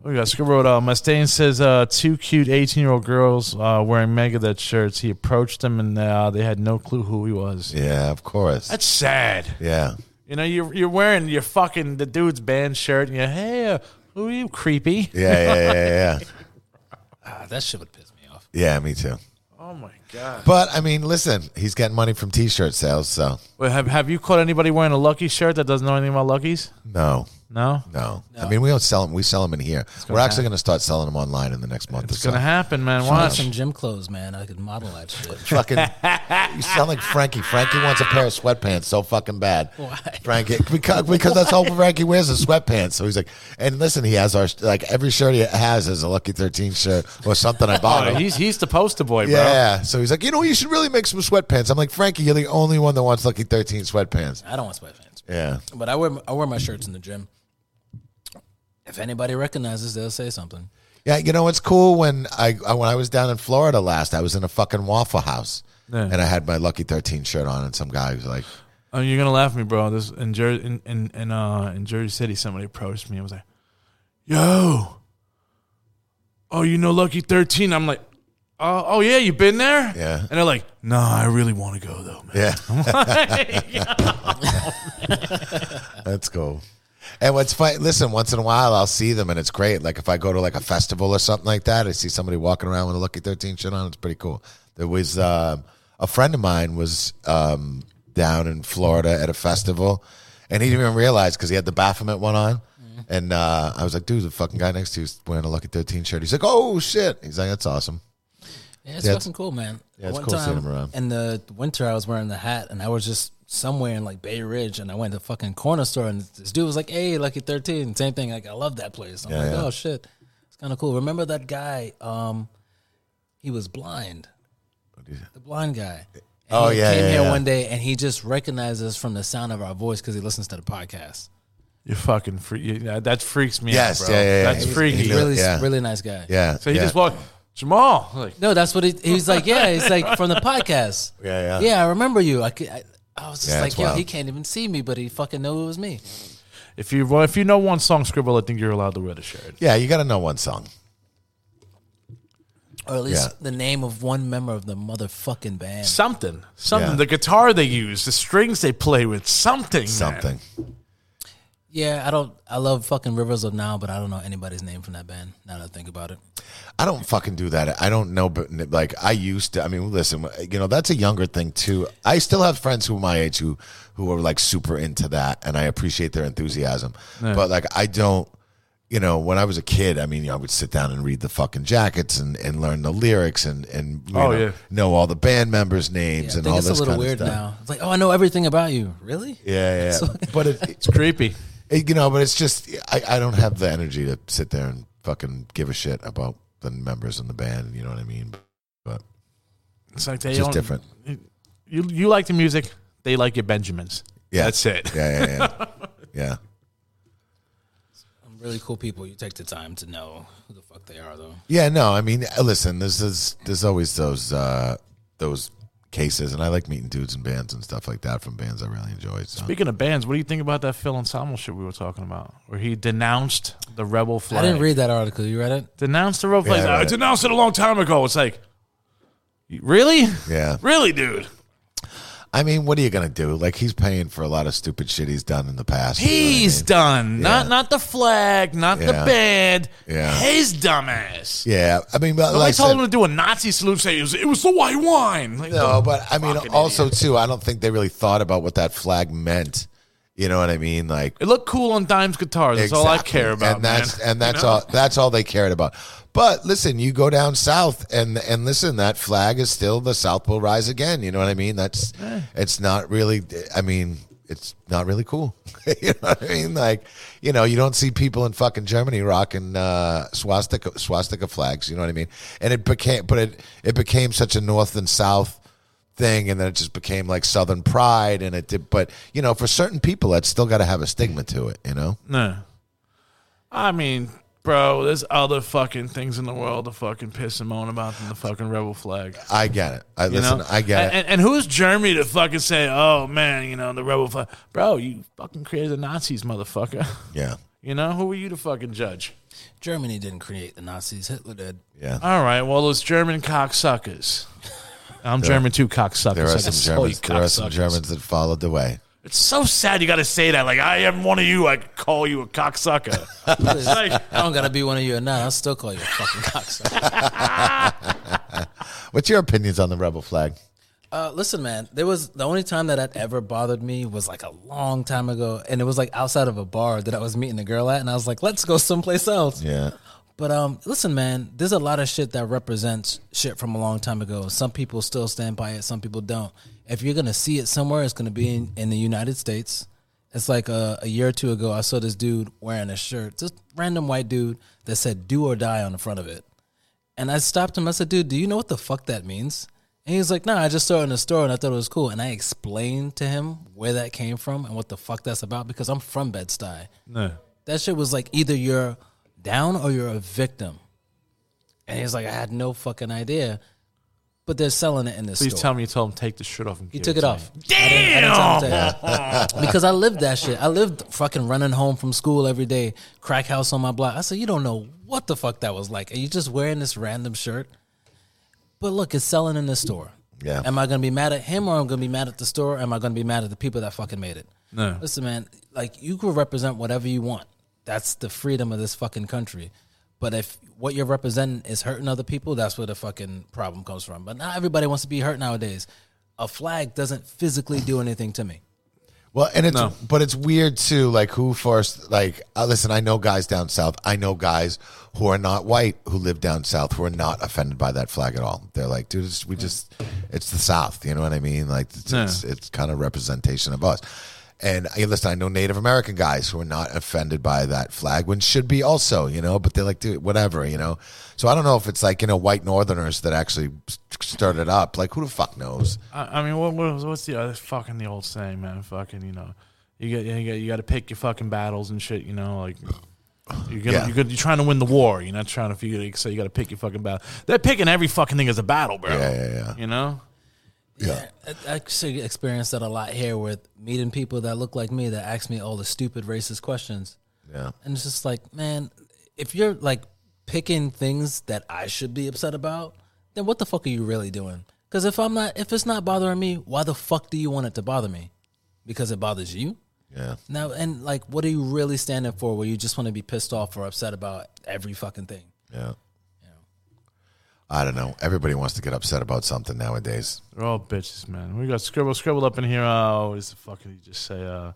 Speaker 4: Oh, yeah, Skip wrote, uh, Mustaine says, uh, two cute 18 year old girls uh, wearing Megadeth shirts. He approached them and uh, they had no clue who he was.
Speaker 3: Yeah, of course.
Speaker 4: That's sad.
Speaker 3: yeah.
Speaker 4: You know, you're, you're wearing your fucking the dude's band shirt and you're, hey, uh, who are you, creepy?
Speaker 3: Yeah, yeah, yeah, yeah, yeah.
Speaker 5: Ah, that shit would piss me off.
Speaker 3: Yeah, me too.
Speaker 4: Oh, my God.
Speaker 3: But I mean, listen, he's getting money from t-shirt sales, so
Speaker 4: Wait, have, have you caught anybody wearing a Lucky shirt that doesn't know anything about Luckies?
Speaker 3: no.
Speaker 4: No?
Speaker 3: No. I mean, we don't sell them. We sell them in here. We're actually going to start selling them online in the next month
Speaker 4: It's
Speaker 3: or
Speaker 4: going to happen, man.
Speaker 5: I have
Speaker 4: Watch.
Speaker 5: some gym clothes, man. I could model that shit.
Speaker 3: so. Fucking, you sound like Frankie. Frankie wants a pair of sweatpants so fucking bad.
Speaker 5: Why?
Speaker 3: Frankie, because, because that's all Frankie wears is sweatpants. So he's like, and listen, he has our, like, every shirt he has is a Lucky 13 shirt or something I bought him.
Speaker 4: Oh, he's, he's the poster boy, bro.
Speaker 3: Yeah. So he's like, you know, you should really make some sweatpants. I'm like, Frankie, you're the only one that wants Lucky 13 sweatpants.
Speaker 5: I don't want sweatpants.
Speaker 3: Yeah.
Speaker 5: But I wear I wear my shirts in the gym. If anybody recognizes, they'll say something.
Speaker 3: Yeah. You know, it's cool when I, I when I was down in Florida last, I was in a fucking Waffle House
Speaker 4: Yeah.
Speaker 3: and I had my Lucky 13 shirt on, and some guy was like,
Speaker 4: Oh, you're gonna laugh at me, bro. This in Jer- in in in, uh, in Jersey City, somebody approached me and was like, "Yo, oh, you know Lucky 13." I'm like, "Oh, oh yeah, you been there?"
Speaker 3: Yeah.
Speaker 4: And they're like, "No, I really want to go though, man." (laughs)
Speaker 3: yeah, (laughs) that's cool. And what's fun, listen, once in a while I'll see them and it's great. Like if I go to like a festival or something like that, I see somebody walking around with a Lucky 13 shirt on. It's pretty cool. There was um, a friend of mine was um, down in Florida at a festival and he didn't even realize because he had the Baphomet one on.
Speaker 4: Mm-hmm.
Speaker 3: And uh, I was like, dude, the fucking guy next to you is wearing a Lucky 13 shirt. He's like, oh shit. He's like, that's awesome.
Speaker 5: Yeah, it's
Speaker 3: Yeah, it's-
Speaker 5: fucking cool, man.
Speaker 3: yeah, it's cool seeing them around.
Speaker 5: In the winter, I was wearing the hat, and I was just somewhere in like Bay Ridge, and I went to the fucking corner store, and this dude was like, "Hey, Lucky 13. Same thing. Like, I love that place. I'm like,
Speaker 3: yeah.
Speaker 5: oh shit, it's kind of cool. Remember that guy? Um, he was blind. The blind guy. And
Speaker 3: Oh,
Speaker 5: he
Speaker 3: yeah,
Speaker 5: came
Speaker 3: yeah,
Speaker 5: here
Speaker 3: yeah.
Speaker 5: one day, and he just recognized us from the sound of our voice because he listens to the podcast.
Speaker 4: You're fucking free. You know, that freaks me
Speaker 3: Yes,
Speaker 4: out, bro.
Speaker 3: yeah, yeah, yeah.
Speaker 4: That's
Speaker 3: He's-
Speaker 4: freaky.
Speaker 3: he's
Speaker 5: Really,
Speaker 3: Yeah.
Speaker 5: really nice guy.
Speaker 3: Yeah.
Speaker 4: so he
Speaker 3: yeah.
Speaker 4: just walked, Jamal. I'm Like,
Speaker 5: No, that's what he, he was like. Yeah, he's
Speaker 3: (laughs)
Speaker 5: like from the podcast.
Speaker 3: Yeah, yeah.
Speaker 5: Yeah, I remember you. I, c- I- I was just
Speaker 3: Yeah,
Speaker 5: like,
Speaker 3: it's
Speaker 5: yo,
Speaker 3: wild.
Speaker 5: he can't even see me, but he fucking knew it was me.
Speaker 4: if you well, if you know one song scribble, I think you're allowed to wear the shirt.
Speaker 3: Yeah, you got to know one song.
Speaker 5: Or at least
Speaker 3: Yeah.
Speaker 5: the name of one member of the motherfucking band.
Speaker 4: Something, something.
Speaker 3: Yeah.
Speaker 4: The guitar they use, the strings they play with, something, man.
Speaker 3: Something.
Speaker 5: Yeah, I don't. I love fucking Rivers of Now, but I don't know anybody's name from that band. Now that I think about it,
Speaker 3: I don't fucking do that. I don't know, but like I used to. I mean, listen, you know that's a younger thing too. I still have friends who are my age who who are like super into that, and I appreciate their enthusiasm. But like I don't. You know, when I was a kid, I mean, you know, I would sit down and read the fucking jackets and, and learn the lyrics and and you
Speaker 4: Oh,
Speaker 3: know,
Speaker 4: yeah.
Speaker 3: know all the band members'
Speaker 5: yeah,
Speaker 3: names
Speaker 5: I
Speaker 3: and
Speaker 5: think
Speaker 3: all
Speaker 5: it's
Speaker 3: this
Speaker 5: a little
Speaker 3: kind
Speaker 5: weird
Speaker 3: of stuff.
Speaker 5: now. It's like, oh, I know everything about you. Really?
Speaker 3: Yeah, yeah. but it,
Speaker 4: It's creepy.
Speaker 3: it, you know, but it's just I, I don't have the energy to sit there and fucking give a shit about the members in the band. You know what I mean? But
Speaker 4: It's like they
Speaker 3: Just
Speaker 4: don't-
Speaker 3: different.
Speaker 4: You you like the music, they like your Benjamins.
Speaker 3: Yeah.
Speaker 4: that's it. (laughs)
Speaker 3: Yeah, yeah, yeah. yeah.
Speaker 5: I'm really cool people. You take the time to know who the fuck they are, though.
Speaker 3: Yeah, no, I mean, uh, listen, there's there's, there's always those uh, those cases, and I like meeting dudes and bands and stuff like that from bands I really enjoy. So.
Speaker 4: Speaking of bands, what do you think about that Phil Anselmo shit we were talking about, where he denounced the rebel flag?
Speaker 5: I didn't read that article. You read it?
Speaker 4: denounced the rebel
Speaker 3: Yeah,
Speaker 4: flag.
Speaker 3: I read
Speaker 4: I
Speaker 3: it.
Speaker 4: denounced it a long time ago. It's like, really,
Speaker 3: Yeah,
Speaker 4: really, dude.
Speaker 3: I mean, what are you gonna do? Like, he's paying for a lot of stupid shit he's done in the past. you know what I
Speaker 4: He's
Speaker 3: mean?
Speaker 4: done. Not not the flag, not
Speaker 3: Yeah.
Speaker 4: the band.
Speaker 3: Yeah.
Speaker 4: His dumbass.
Speaker 3: yeah. I mean, but
Speaker 4: I
Speaker 3: like I
Speaker 4: told
Speaker 3: said-
Speaker 4: him to do a Nazi salute. Say it was, it was the white wine. Like,
Speaker 3: No, but I mean, also too, I don't think they really thought about what that flag meant. You know what I mean? Like
Speaker 4: It looked cool on Dime's guitar. That's all I
Speaker 3: Exactly.
Speaker 4: care about.
Speaker 3: And that's
Speaker 4: man.
Speaker 3: and that's all that's all they cared about. But listen, you go down south and and listen, that flag is still the South will rise again. You know what I mean? That's
Speaker 4: Eh.
Speaker 3: it's not really. I mean, it's not really cool. (laughs) you know what I mean? Like, you know, you don't see people in fucking Germany rocking uh, swastika swastika flags. You know what I mean? And it became, but it it became such a north and south thing and then it just became like southern pride and it did but you know for certain people that's still got to have a stigma to it you know
Speaker 4: No. I mean, bro, there's other fucking things in the world to fucking piss and moan about than the fucking rebel flag.
Speaker 3: I get it. I
Speaker 4: You
Speaker 3: listen.
Speaker 4: know?
Speaker 3: I get
Speaker 4: and,
Speaker 3: it.
Speaker 4: And, and who's Germany to fucking say, oh man, you know, the rebel flag? Bro, you fucking created the Nazis, motherfucker. (laughs)
Speaker 3: Yeah,
Speaker 4: You know, who are you to fucking judge?
Speaker 5: Germany didn't create the Nazis. Hitler did.
Speaker 3: yeah.
Speaker 4: All right, well, those German cocksuckers. I'm German too, cocksuckers.
Speaker 3: There
Speaker 4: I
Speaker 3: are some
Speaker 4: can tell
Speaker 3: Germans.
Speaker 4: you
Speaker 3: There are some
Speaker 4: cocksuckers.
Speaker 3: Germans that followed the way.
Speaker 4: It's so sad you got to say that. Like, I am one of you. I could call you a
Speaker 5: (laughs)
Speaker 4: cocksucker. It's like,
Speaker 5: I don't gotta be one of you or not. I'll still call you a fucking cocksucker.
Speaker 3: What's your opinions on the rebel flag?
Speaker 5: Uh, listen, man, there was the only time that that ever bothered me was like a long time ago, and it was like outside of a bar that I was meeting a girl at, and I was like, let's go someplace else.
Speaker 3: Yeah,
Speaker 5: But um, listen, man, there's a lot of shit that represents shit from a long time ago. Some people still stand by it, some people don't. If you're gonna see it somewhere, it's gonna be in, in the United States. It's like uh, a, a year or two ago, I saw this dude wearing a shirt, just random white dude that said "Do or Die" on the front of it, and I stopped him. I said, "Dude, do you know what the fuck that means?" And he was like, "Nah, I just saw it in the store and I thought it was cool." And I explained to him where that came from and what the fuck that's about because I'm from Bed Stuy. That shit was like either you're down or you're a victim. And he's like, I had no fucking idea. But they're selling it in this
Speaker 4: please
Speaker 5: store.
Speaker 4: tell me you told him take the shirt off. And
Speaker 5: he
Speaker 4: give
Speaker 5: took
Speaker 4: to
Speaker 5: it
Speaker 4: me.
Speaker 5: off. Damn! I didn't, tell him to. because I lived that shit. I lived fucking running home from school every day, crack house on my block. I said, you don't know what the fuck that was like. Are you just wearing this random shirt? But look, it's selling in the store.
Speaker 3: Yeah.
Speaker 5: Am I gonna be mad at him or I'm gonna be mad at the store? Or am I gonna be mad at the people that fucking made it?
Speaker 4: No.
Speaker 5: Listen, man, like you can represent whatever you want. That's the freedom of this fucking country. But if what you're representing is hurting other people, that's where the fucking problem comes from. But not everybody wants to be hurt nowadays. A flag doesn't physically do anything to me.
Speaker 3: Well, and it's
Speaker 4: No.
Speaker 3: but it's weird too. Like who first? Like uh, listen, I know guys down south. I know guys who are not white who live down south who are not offended by that flag at all. They're like, dude, it's, we just it's the South. You know what I mean? Like it's it's, it's kind of representation of us. And I listen, I know Native American guys who are not offended by that flag when should be also, you know. But they're like, dude, whatever, you know. So I don't know if it's like you know white Northerners that actually s- stirred it up. Like who the fuck knows?
Speaker 4: uh, I, I mean, what, what what's the other fucking the old saying, man? Fucking, you know, you You got you got you got to pick your fucking battles and shit. You know, like you're gonna,
Speaker 3: Yeah.
Speaker 4: you're, gonna, you're trying to win the war. You're not trying to figure. So you got to pick your fucking battle. They're picking every fucking thing as a battle, bro.
Speaker 3: Yeah, yeah, yeah.
Speaker 4: You know.
Speaker 3: Yeah.
Speaker 5: I actually experienced that a lot here with meeting people that look like me that ask me all the stupid racist questions.
Speaker 3: Yeah.
Speaker 5: And it's just like, man, if you're like picking things that I should be upset about, then what the fuck are you really doing? Because if I'm not, if it's not bothering me, why the fuck do you want it to bother me? Because it bothers you.
Speaker 3: Yeah.
Speaker 5: Now, and like, what are you really standing for? Where you just want to be pissed off or upset about every fucking thing?
Speaker 3: Yeah. I don't know. Everybody wants to get upset about something nowadays.
Speaker 4: They're all bitches, man. We got scribble scribbled up in here. Oh, what is the fuck did he just say? Uh,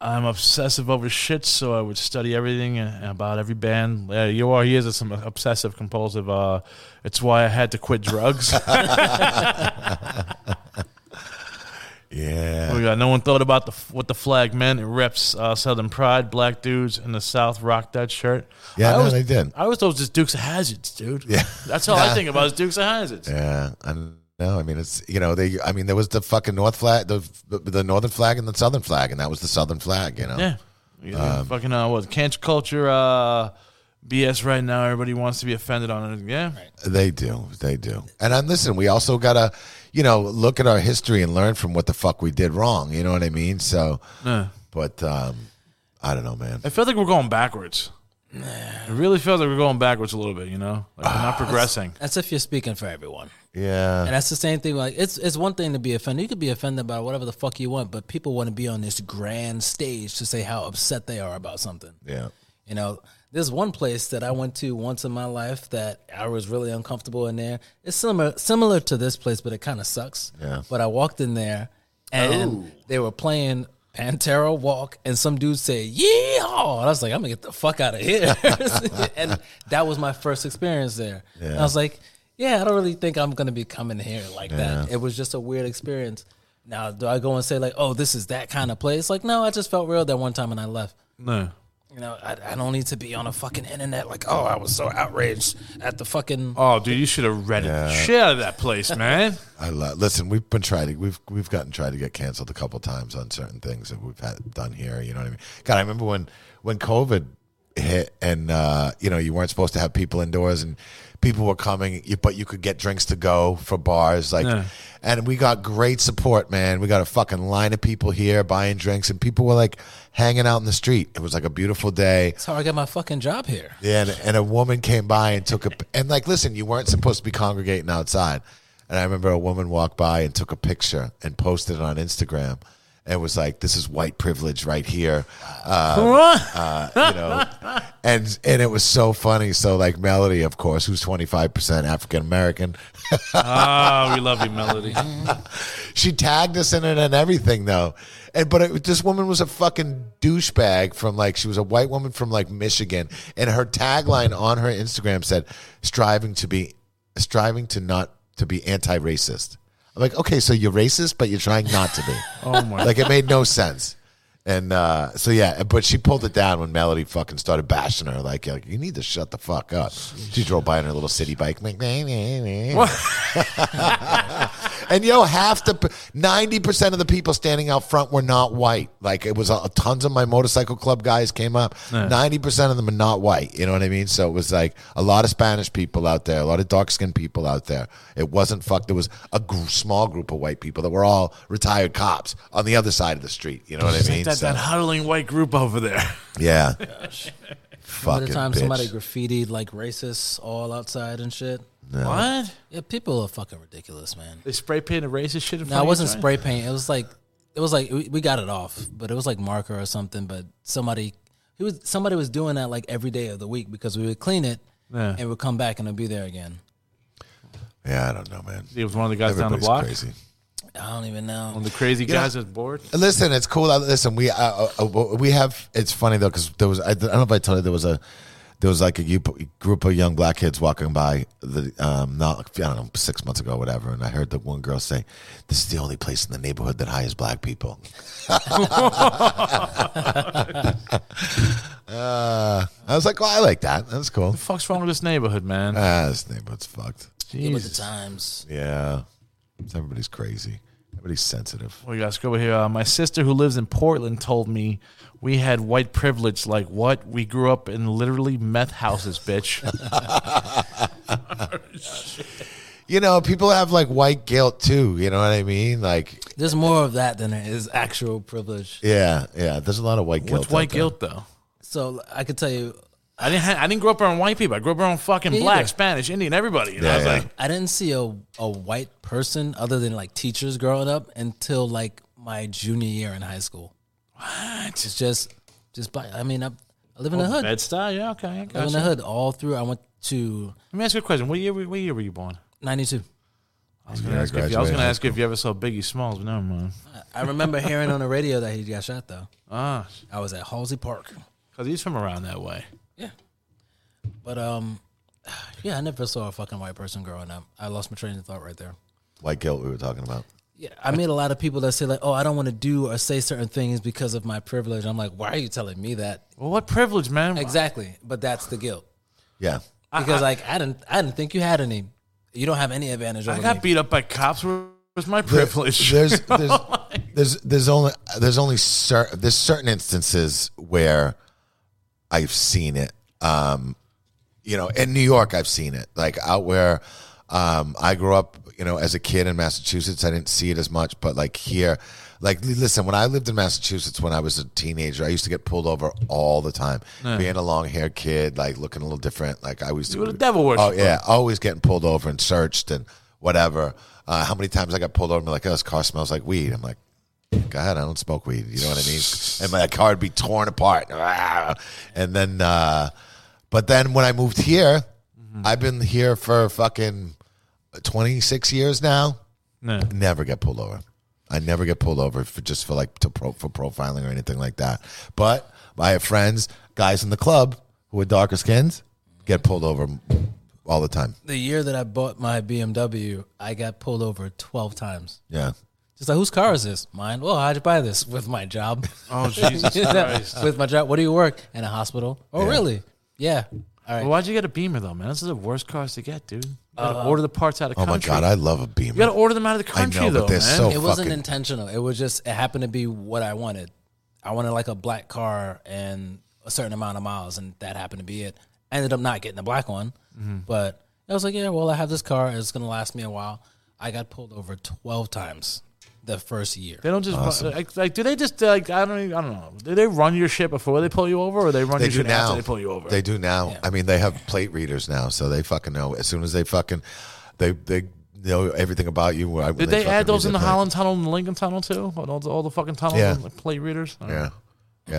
Speaker 4: I'm obsessive over shit, so I would study everything and about every band. Yeah, you are. He is some obsessive compulsive. Uh, it's why I had to quit drugs.
Speaker 3: (laughs) Yeah. Oh,
Speaker 4: we got no one thought about the f- what the flag meant. It reps uh, Southern pride. Black dudes in the South rock that shirt.
Speaker 3: Yeah,
Speaker 4: I
Speaker 3: no,
Speaker 4: always,
Speaker 3: they did.
Speaker 4: I always thought it was just Dukes of Hazards, dude.
Speaker 3: Yeah.
Speaker 4: that's all I think about is Dukes of Hazards.
Speaker 3: (laughs) Yeah. I don't know. I mean, it's, you know, they, I mean, there was the fucking North flag, the, the Northern flag and the Southern flag, and that was the Southern flag, you know?
Speaker 4: Yeah. You
Speaker 3: Um,
Speaker 4: fucking uh, what cancer culture uh, BS right now. Everybody wants to be offended on it. Yeah.
Speaker 3: They do. They do. And I'm listen, we also got to, you know, look at our history and learn from what the fuck we did wrong. You know what I mean? So, but, um, I don't know, man.
Speaker 4: It feels like we're going backwards. It really feels like we're going backwards a little bit. You know, like we're
Speaker 3: Ah,
Speaker 4: not progressing.
Speaker 5: That's if you're speaking for everyone.
Speaker 3: Yeah.
Speaker 5: And that's the same thing. Like it's it's one thing to be offended. You could be offended by whatever the fuck you want, but people want to be on this grand stage to say how upset they are about something.
Speaker 3: Yeah.
Speaker 5: You know, there's one place that I went to once in my life that I was really uncomfortable in there. It's similar similar to this place, but it kind of sucks.
Speaker 3: Yeah.
Speaker 5: But I walked in there and they were playing Pantera Walk, and some dude said, "Yeehaw!" And I was like, "I'm gonna get the fuck out of here." (laughs) and that was my first experience there. And I was like, "Yeah, I don't really think I'm gonna be coming here like that." It was just a weird experience. Now, do I go and say like, "Oh, this is that kind of place"? Like, no, I just felt real that one time, and I left.
Speaker 4: No.
Speaker 5: You know, I, I don't need to be on a fucking internet like, oh, I was so outraged at the fucking.
Speaker 4: Oh, dude, you should have read it. Shit out of that
Speaker 3: (laughs)
Speaker 4: place, man.
Speaker 3: I love, listen, we've been trying to, we've, we've gotten tried to get canceled a couple times on certain things that we've had done here. You know what I mean? God, I remember when, when COVID hit and, uh, you know, you weren't supposed to have people indoors and people were coming, you- but you could get drinks to go for bars. Like, and we got great support, man. We got a fucking line of people here buying drinks and people were like hanging out in the street. It was like a beautiful day.
Speaker 5: That's how I got my fucking job here.
Speaker 3: Yeah, and, and a woman came by and took a and like listen, you weren't supposed to be congregating outside. And I remember a woman walked by and took a picture and posted it on Instagram and was like, "This is white privilege right here," uh, uh, you know. And and it was so funny. So like Melody, of course, who's twenty five percent African (laughs) American,
Speaker 4: Ah, we love you, Melody.
Speaker 3: (laughs) she tagged us in it and everything though. And but it, this woman was a fucking douchebag from like she was a white woman from like Michigan, and her tagline on her Instagram said, "Striving to be, striving to not to be anti-racist." I'm like, okay, so you're racist, but you're trying not to be.
Speaker 4: (laughs) Oh my.
Speaker 3: like it made no sense. And uh, so yeah, but she pulled it down when Melody fucking started bashing her. Like, like you need to shut the fuck up. She drove by on her little city bike. (laughs) like, "Meh, meh, meh." and yo, half the ninety percent of the people standing out front were not white. Like it was uh, tons of my motorcycle club guys came up. Ninety percent of them are not white. You know what I mean? So it was like a lot of Spanish people out there, a lot of dark skinned people out there. It wasn't fucked. There was a gr- small group of white people that were all retired cops on the other side of the street. You know what I mean?
Speaker 4: that,
Speaker 3: So-
Speaker 4: that huddling white group over there. (laughs)
Speaker 3: yeah.
Speaker 5: By
Speaker 3: Fucking
Speaker 5: the time
Speaker 3: bitch.
Speaker 5: somebody graffitied like racists all outside and shit.
Speaker 4: What?
Speaker 5: Yeah, people are fucking ridiculous, man.
Speaker 4: They spray painted racist shit in front
Speaker 5: No,
Speaker 4: of
Speaker 5: it
Speaker 4: you,
Speaker 5: wasn't
Speaker 4: right?
Speaker 5: spray paint. It was like it was like we, we got it off, but it was like marker or something. But somebody he was somebody was doing that like every day of the week because we would clean it
Speaker 4: Yeah.
Speaker 5: and we'd come back and it'd be there again.
Speaker 3: yeah, I don't know, man.
Speaker 4: It was one of the guys down the
Speaker 3: Everybody's
Speaker 4: block.
Speaker 3: crazy.
Speaker 5: I don't even know.
Speaker 4: One of the crazy
Speaker 3: know-
Speaker 4: guys that's bored.
Speaker 3: Listen, it's cool. Uh, Listen, we uh, uh, uh, we have. It's funny though because there was. I, I don't know if I told you there was a there was like a you- group of young black kids walking by the um not I don't know six months ago or whatever, and I heard the one girl say, "This is the only place in the neighborhood that hires black people." (laughs) uh, I was like, "Well, I like that. That's cool."
Speaker 4: Fuck's wrong with this neighborhood, man?
Speaker 3: Ah, this neighborhood's fucked.
Speaker 5: Give it the
Speaker 4: Jesus.
Speaker 5: times.
Speaker 3: Yeah, everybody's crazy. Everybody's sensitive.
Speaker 4: Well, you guys go over here. Uh, my sister, who lives in Portland, told me we had white privilege. Like what? We grew up in literally meth
Speaker 3: (laughs)
Speaker 4: houses, bitch.
Speaker 3: You know, people have like white guilt too. You know what I mean? Like,
Speaker 5: There's more of that than there is actual privilege.
Speaker 3: yeah, yeah. There's a lot of white guilt.
Speaker 4: What's white
Speaker 3: out there.
Speaker 4: guilt though?
Speaker 5: So I could tell you,
Speaker 4: I didn't. Ha- I didn't grow up around white people. I grew up around fucking
Speaker 5: Me
Speaker 4: black,
Speaker 5: either.
Speaker 4: Spanish, Indian, everybody. You know? I
Speaker 3: Yeah,
Speaker 4: was
Speaker 3: yeah.
Speaker 4: like,
Speaker 5: I didn't see a, a white person other than like teachers growing up until like my junior year in high school.
Speaker 4: what?
Speaker 5: It's just, just by, I mean, I, I live in the hood.
Speaker 4: Bed style. Yeah. Okay. I
Speaker 5: I live in
Speaker 4: gotcha.
Speaker 5: the hood all through. I went to
Speaker 4: Let me ask you a question. What year? were- What year were you born?
Speaker 5: 92.
Speaker 4: I was gonna
Speaker 3: Yeah, I
Speaker 4: ask if you, I was
Speaker 3: graduated
Speaker 4: gonna
Speaker 3: high
Speaker 4: ask you if you ever saw Biggie Smalls, but never mind.
Speaker 5: I remember hearing on the radio that he got shot though.
Speaker 4: Ah,
Speaker 5: I was at Halsey Park.
Speaker 4: because he's from around that way.
Speaker 5: Yeah. But um (sighs) yeah, I never saw a fucking white person growing up. I lost my train of thought right there.
Speaker 3: White guilt we were talking about.
Speaker 5: Yeah. I meet a lot of people that say like, "Oh, I don't want to do or say certain things because of my privilege." I'm like, "Why are you telling me that?"
Speaker 4: Well, what privilege, man?
Speaker 5: Exactly. But that's the guilt.
Speaker 3: Yeah.
Speaker 5: Because like I didn't I didn't think you had any. You don't have any advantage over
Speaker 4: I got
Speaker 5: me.
Speaker 4: beat up by cops. Where was my
Speaker 3: (laughs)
Speaker 4: privilege?
Speaker 3: There's there's there's, there's only there's only cer- there's certain instances where I've seen it. Um, you know, in New York, I've seen it. Like out where um, I grew up, you know, as a kid in Massachusetts, I didn't see it as much. But like here, like l- listen, when I lived in Massachusetts when I was a teenager, I used to get pulled over all the time. Being a long haired kid, like looking a little different, like I used to.
Speaker 4: You were the devil worshiper.
Speaker 3: Oh yeah, always getting pulled over and searched and whatever. Uh, how many times I got pulled over and be like, oh, this car smells like weed. I'm like, God, I don't smoke weed. You know what I mean? And my car would be torn apart. (laughs) And then, uh, but then when I moved here,
Speaker 4: Mm-hmm.
Speaker 3: I've been here for fucking 26 years now.
Speaker 4: No.
Speaker 3: Never get pulled over. I never get pulled over for just for like to pro, for profiling or anything like that. But I have friends, guys in the club who are darker skins, get pulled over all the time.
Speaker 5: The year that I bought my BMW, I got pulled over 12 times.
Speaker 3: Yeah.
Speaker 5: Just like, whose car is this? Mine. Well, how'd you buy this? (laughs) With my job.
Speaker 4: Oh
Speaker 5: (laughs)
Speaker 4: Jesus Christ!
Speaker 5: With my job. What do you work? In a hospital. Oh, really? Yeah. All right.
Speaker 4: Well, why'd you get a Beamer though, man? This is the worst cars to get, dude. You gotta order the parts out of
Speaker 3: Oh my
Speaker 4: country.
Speaker 3: God, I love a
Speaker 4: you gotta
Speaker 3: Beamer.
Speaker 4: order them out of the
Speaker 3: I
Speaker 4: country
Speaker 3: know,
Speaker 4: though,
Speaker 3: but they're
Speaker 4: man.
Speaker 3: so
Speaker 5: it wasn't
Speaker 3: fucking
Speaker 5: intentional. It was just, it happened to be what I wanted. I wanted like a black car and a certain amount of miles, and that happened to be it. I ended up not getting the black one, but I was like, yeah, well, I have this car. It's going to last me a while. I got pulled over 12 times the first year.
Speaker 4: They don't just like, like do they just uh, like I don't even, I don't know. Do they run your shit before they pull you over, or they run
Speaker 3: They
Speaker 4: your
Speaker 3: do
Speaker 4: shit
Speaker 3: now.
Speaker 4: after they pull you over?
Speaker 3: They do now. I mean, they have plate readers now, so they fucking know as soon as they fucking they they know everything about you. Did
Speaker 4: Did they, add those in the Holland Tunnel and the Lincoln Tunnel too? All, all the, all the fucking tunnels
Speaker 3: Yeah.
Speaker 4: and like plate readers. I don't know.
Speaker 3: Yeah,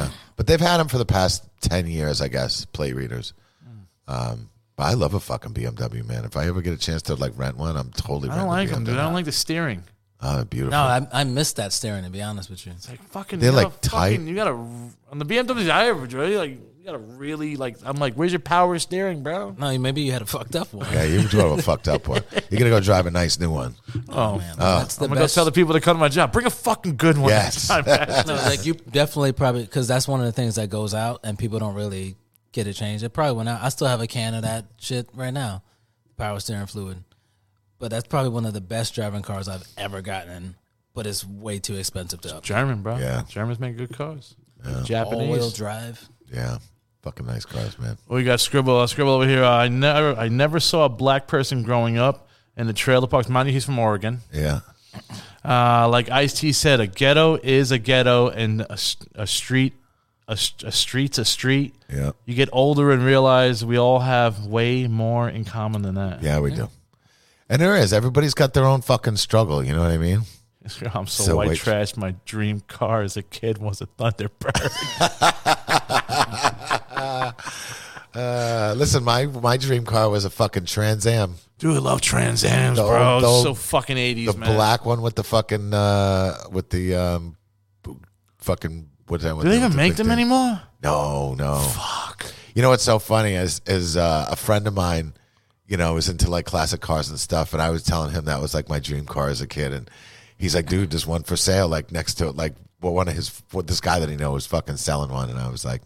Speaker 3: yeah. But they've had them for the past ten years, I guess. Plate readers.
Speaker 4: Hmm.
Speaker 3: Um, but I love a fucking BMW, man. If I ever get a chance to like rent one, I'm totally.
Speaker 4: I don't like
Speaker 3: renting a
Speaker 4: them, dude.
Speaker 3: BMW.
Speaker 4: I don't like the steering.
Speaker 3: Oh, beautiful.
Speaker 5: No, I, I missed that staring, to be honest with you.
Speaker 4: It's like fucking.
Speaker 3: They're
Speaker 4: you gotta
Speaker 3: like tight.
Speaker 4: Fucking, you gotta on the BMWs I ever drove. you Like you gotta really like. I'm like, where's your power steering, bro?
Speaker 5: No, maybe you had a fucked up one.
Speaker 3: yeah, you drove a fucked up one. You're gonna go drive a nice new one.
Speaker 4: Oh,
Speaker 5: Man, that's the
Speaker 4: I'm gonna go
Speaker 5: best.
Speaker 4: tell the people to come to my job. Bring a fucking good (laughs) one.
Speaker 3: Yes.
Speaker 4: next time, man.
Speaker 5: no, like you definitely probably because that's one of the things that goes out and people don't really get it changed. It probably went out. I still have a can of that shit right now, power steering fluid. But that's probably one of the best driving cars I've ever gotten. But it's way too expensive to upgrade.
Speaker 4: German, bro.
Speaker 3: Yeah.
Speaker 4: Germans make good cars.
Speaker 5: All wheel
Speaker 4: Japanese.
Speaker 5: drive.
Speaker 3: (laughs) Yeah, fucking nice cars, man.
Speaker 4: We got scribble. Uh, scribble over here. Uh, I never, I never saw a black person growing up in the trailer parks. Mind you, he's from Oregon.
Speaker 3: Yeah,
Speaker 4: Uh, like Ice T said, a ghetto is a ghetto, and a, s- a street, a, s- a street's a street.
Speaker 3: yeah,
Speaker 4: You get older and realize we all have way more in common than that.
Speaker 3: yeah. We do. And there is. Everybody's got their own fucking struggle. You know what I mean?
Speaker 4: I'm so,
Speaker 3: So
Speaker 4: white
Speaker 3: white.
Speaker 4: trash. My dream car as a kid was a Thunderbird.
Speaker 3: Uh, listen, my my dream car was a fucking Trans Am,
Speaker 4: (laughs) Dude, I love Trans Ams,
Speaker 3: The
Speaker 4: bro.
Speaker 3: old- the
Speaker 4: It's
Speaker 3: old-
Speaker 4: so fucking 80s,
Speaker 3: the
Speaker 4: man.
Speaker 3: black one with the fucking uh, with the um, fucking what that
Speaker 4: Do they even make them anymore?
Speaker 3: No, no. Fuck. You know what's so funny is is uh, a friend of mine, you know, is into like classic cars and stuff, and I was telling him that was like my dream car as a kid, and he's like, "Dude, there's one for sale, like next to it, like well, one of his what this guy that he knows is fucking selling one," and I was like,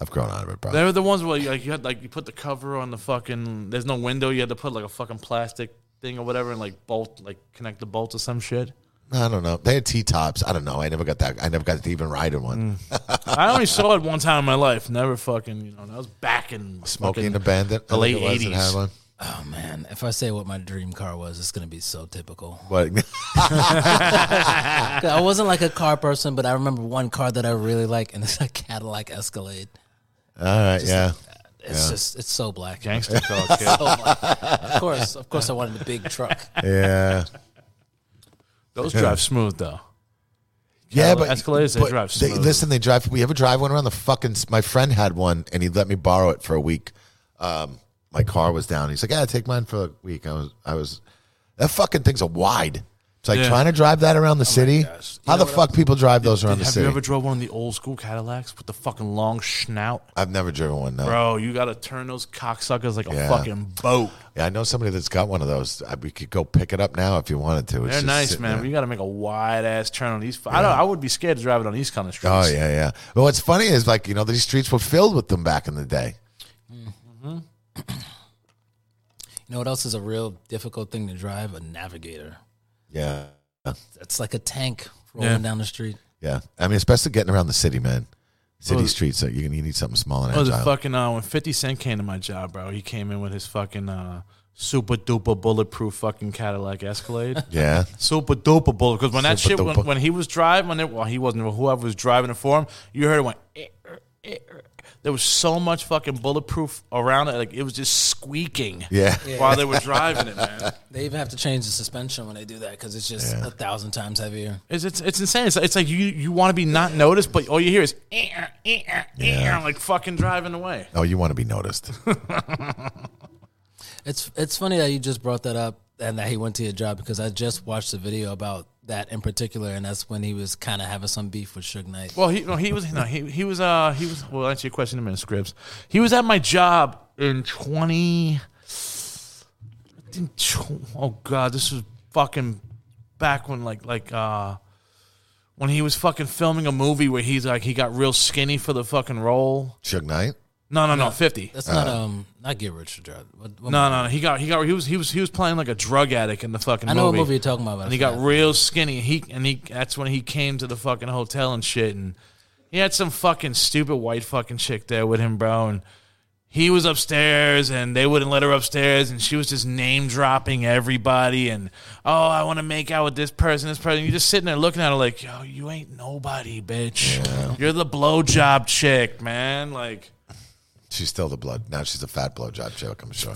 Speaker 3: "I've grown out of it, bro."
Speaker 4: They were the ones where like you had like you put the cover on the fucking. There's no window. You had to put like a fucking plastic thing or whatever and like bolt like connect the bolt to some shit.
Speaker 3: I don't know. They had T tops. I don't know. I never got that. I never got to even ride in
Speaker 4: Mm,
Speaker 3: one.
Speaker 4: I only saw it one time in my life. Never fucking, you know, that was back in
Speaker 3: Smoking
Speaker 4: fucking
Speaker 3: the Bandit. I
Speaker 4: the late
Speaker 3: think it was, that had
Speaker 4: eighties.
Speaker 3: one.
Speaker 5: Oh man, if I say what my dream car was, it's gonna be so typical. (laughs)
Speaker 3: (laughs) What?
Speaker 5: I wasn't like a car person, but I remember one car that I really like, and it's a Cadillac Escalade.
Speaker 3: All right. Yeah.
Speaker 5: It's just it's so black.
Speaker 3: (laughs)
Speaker 4: Gangster car, kid.
Speaker 5: So black. Of course, of course, I wanted a big truck.
Speaker 3: Yeah.
Speaker 4: Those drive smooth though.
Speaker 3: Yeah,
Speaker 4: Yeah,
Speaker 3: but
Speaker 4: Escalades, they
Speaker 3: but
Speaker 4: drive
Speaker 3: they-
Speaker 4: smooth.
Speaker 3: listen, they drive. We ever drive one around the fucking? My friend had one, and he let me borrow it for a week. Um, my car was down. He's like, "Yeah, take mine for a week." I was, I was. That fucking thing's a wide. It's like
Speaker 4: Yeah.
Speaker 3: trying to drive that around the city. How the fuck people drive those around the
Speaker 4: Have
Speaker 3: city?
Speaker 4: you ever drove one of the old school Cadillacs with the fucking long snout?
Speaker 3: I've never driven one. No.
Speaker 4: Bro, you gotta turn those cocksuckers like a
Speaker 3: Yeah.
Speaker 4: fucking boat.
Speaker 3: Yeah, I know somebody that's got one of those. I, we could go pick it up now if you wanted to. It's
Speaker 4: They're
Speaker 3: just
Speaker 4: nice,
Speaker 3: sitting
Speaker 4: man. But
Speaker 3: there.
Speaker 4: you gotta make a wide ass turn on these. fu- I don't. I would be scared to drive it on these kind of streets.
Speaker 3: Oh yeah, yeah. But what's funny is like you know these streets were filled with them back in the day.
Speaker 5: You know what else is a real difficult thing to drive? A navigator.
Speaker 3: Yeah,
Speaker 5: That's like a tank rolling
Speaker 4: Yeah.
Speaker 5: down the street.
Speaker 3: yeah. I mean, especially getting around the city, man. City
Speaker 4: Oh.
Speaker 3: streets. That you you need something small and
Speaker 4: Oh, the
Speaker 3: agile.
Speaker 4: fucking uh, when Fifty Cent came to my job, bro, he came in with his fucking uh, super duper bulletproof fucking
Speaker 3: (laughs)
Speaker 4: Cadillac Escalade.
Speaker 3: Yeah,
Speaker 4: Super duper bullet because when that
Speaker 3: Super
Speaker 4: shit when,
Speaker 3: duper.
Speaker 4: when he was driving when it well he wasn't but whoever was driving it for him you heard it went eh, er, eh, er. there was so much fucking bulletproof around it like it was just squeaking
Speaker 3: yeah.
Speaker 4: while they were driving
Speaker 3: (laughs)
Speaker 4: it man
Speaker 5: They even have to change the suspension when they do that because it's just a thousand times heavier.
Speaker 4: It's it's, it's insane. It's, it's like you you want to be not noticed, but all you hear is eh, eh, eh, eh, eh, like fucking driving away.
Speaker 3: Oh, you want to be noticed?
Speaker 5: It's it's funny that you just brought that up and that he went to your job because I just watched a video about that in particular, and that's when he was kind of having some beef with Suge Knight.
Speaker 4: Well, he no, he was no, he he was uh he was. We'll answer your question in a minute, Scribs. He was at my job in twenty. I think tw- oh god, this was fucking back when like like uh when he was fucking filming a movie where he's like he got real skinny for the fucking role.
Speaker 3: Suge Knight.
Speaker 4: No, no, no, fifty.
Speaker 5: That's not um not get rich or drive. What, what
Speaker 4: No, no, no. He got he got he was he was he was playing like a drug addict in the fucking.
Speaker 5: I know what movie you're talking about. but
Speaker 4: and
Speaker 5: I
Speaker 4: he got
Speaker 5: forgot.
Speaker 4: real skinny. and He and he that's when he came to the fucking hotel and shit, and he had some fucking stupid white fucking chick there with him, bro. And he was upstairs, and they wouldn't let her upstairs, and she was just name dropping everybody, and oh, I want to make out with this person, this person. You're just sitting there looking at her like, yo, you ain't nobody, bitch. You're the blowjob chick, man. Like.
Speaker 3: She's still the blood. Now she's a fat blowjob joke. I'm sure.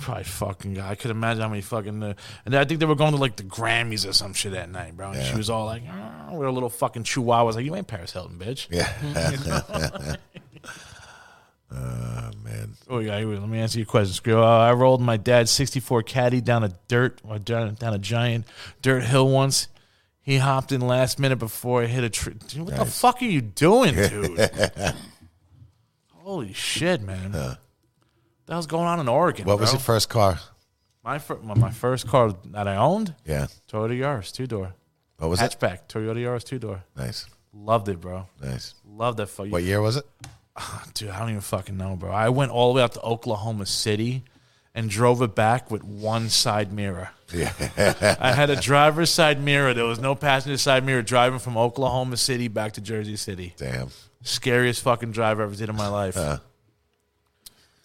Speaker 4: Probably fucking guy. I could imagine how many fucking. Uh, and I think they were going to like the Grammys or some shit that night, bro. And she was all like, "Ah," with her little fucking chihuahua. I was like, you ain't Paris Hilton, bitch.
Speaker 3: Yeah. (laughs) oh man.
Speaker 4: Oh, yeah. Let me answer your question. Screw. Uh, I rolled my dad's 64 caddy down a dirt, or down, down a giant dirt hill once. He hopped in last minute before it hit a tree. Dude, what the fuck are
Speaker 3: (laughs)
Speaker 4: you doing, dude? Holy shit, man. That was going on in Oregon.
Speaker 3: What was
Speaker 4: bro.
Speaker 3: your first car?
Speaker 4: My, fir- my, my first car that I owned?
Speaker 3: Yeah.
Speaker 4: Toyota Yaris, two door.
Speaker 3: What was it?
Speaker 4: Hatchback, Toyota Yaris two door.
Speaker 3: Nice.
Speaker 4: Loved it, bro.
Speaker 3: Nice.
Speaker 4: Loved that fuck.
Speaker 3: What year was it?
Speaker 4: Dude, I don't even fucking know, bro. I went all the way out to Oklahoma City and drove it back with one side mirror. I had a driver's side mirror. There was no passenger side mirror driving from Oklahoma City back to Jersey City.
Speaker 3: Damn.
Speaker 4: Scariest fucking drive I ever did in my life.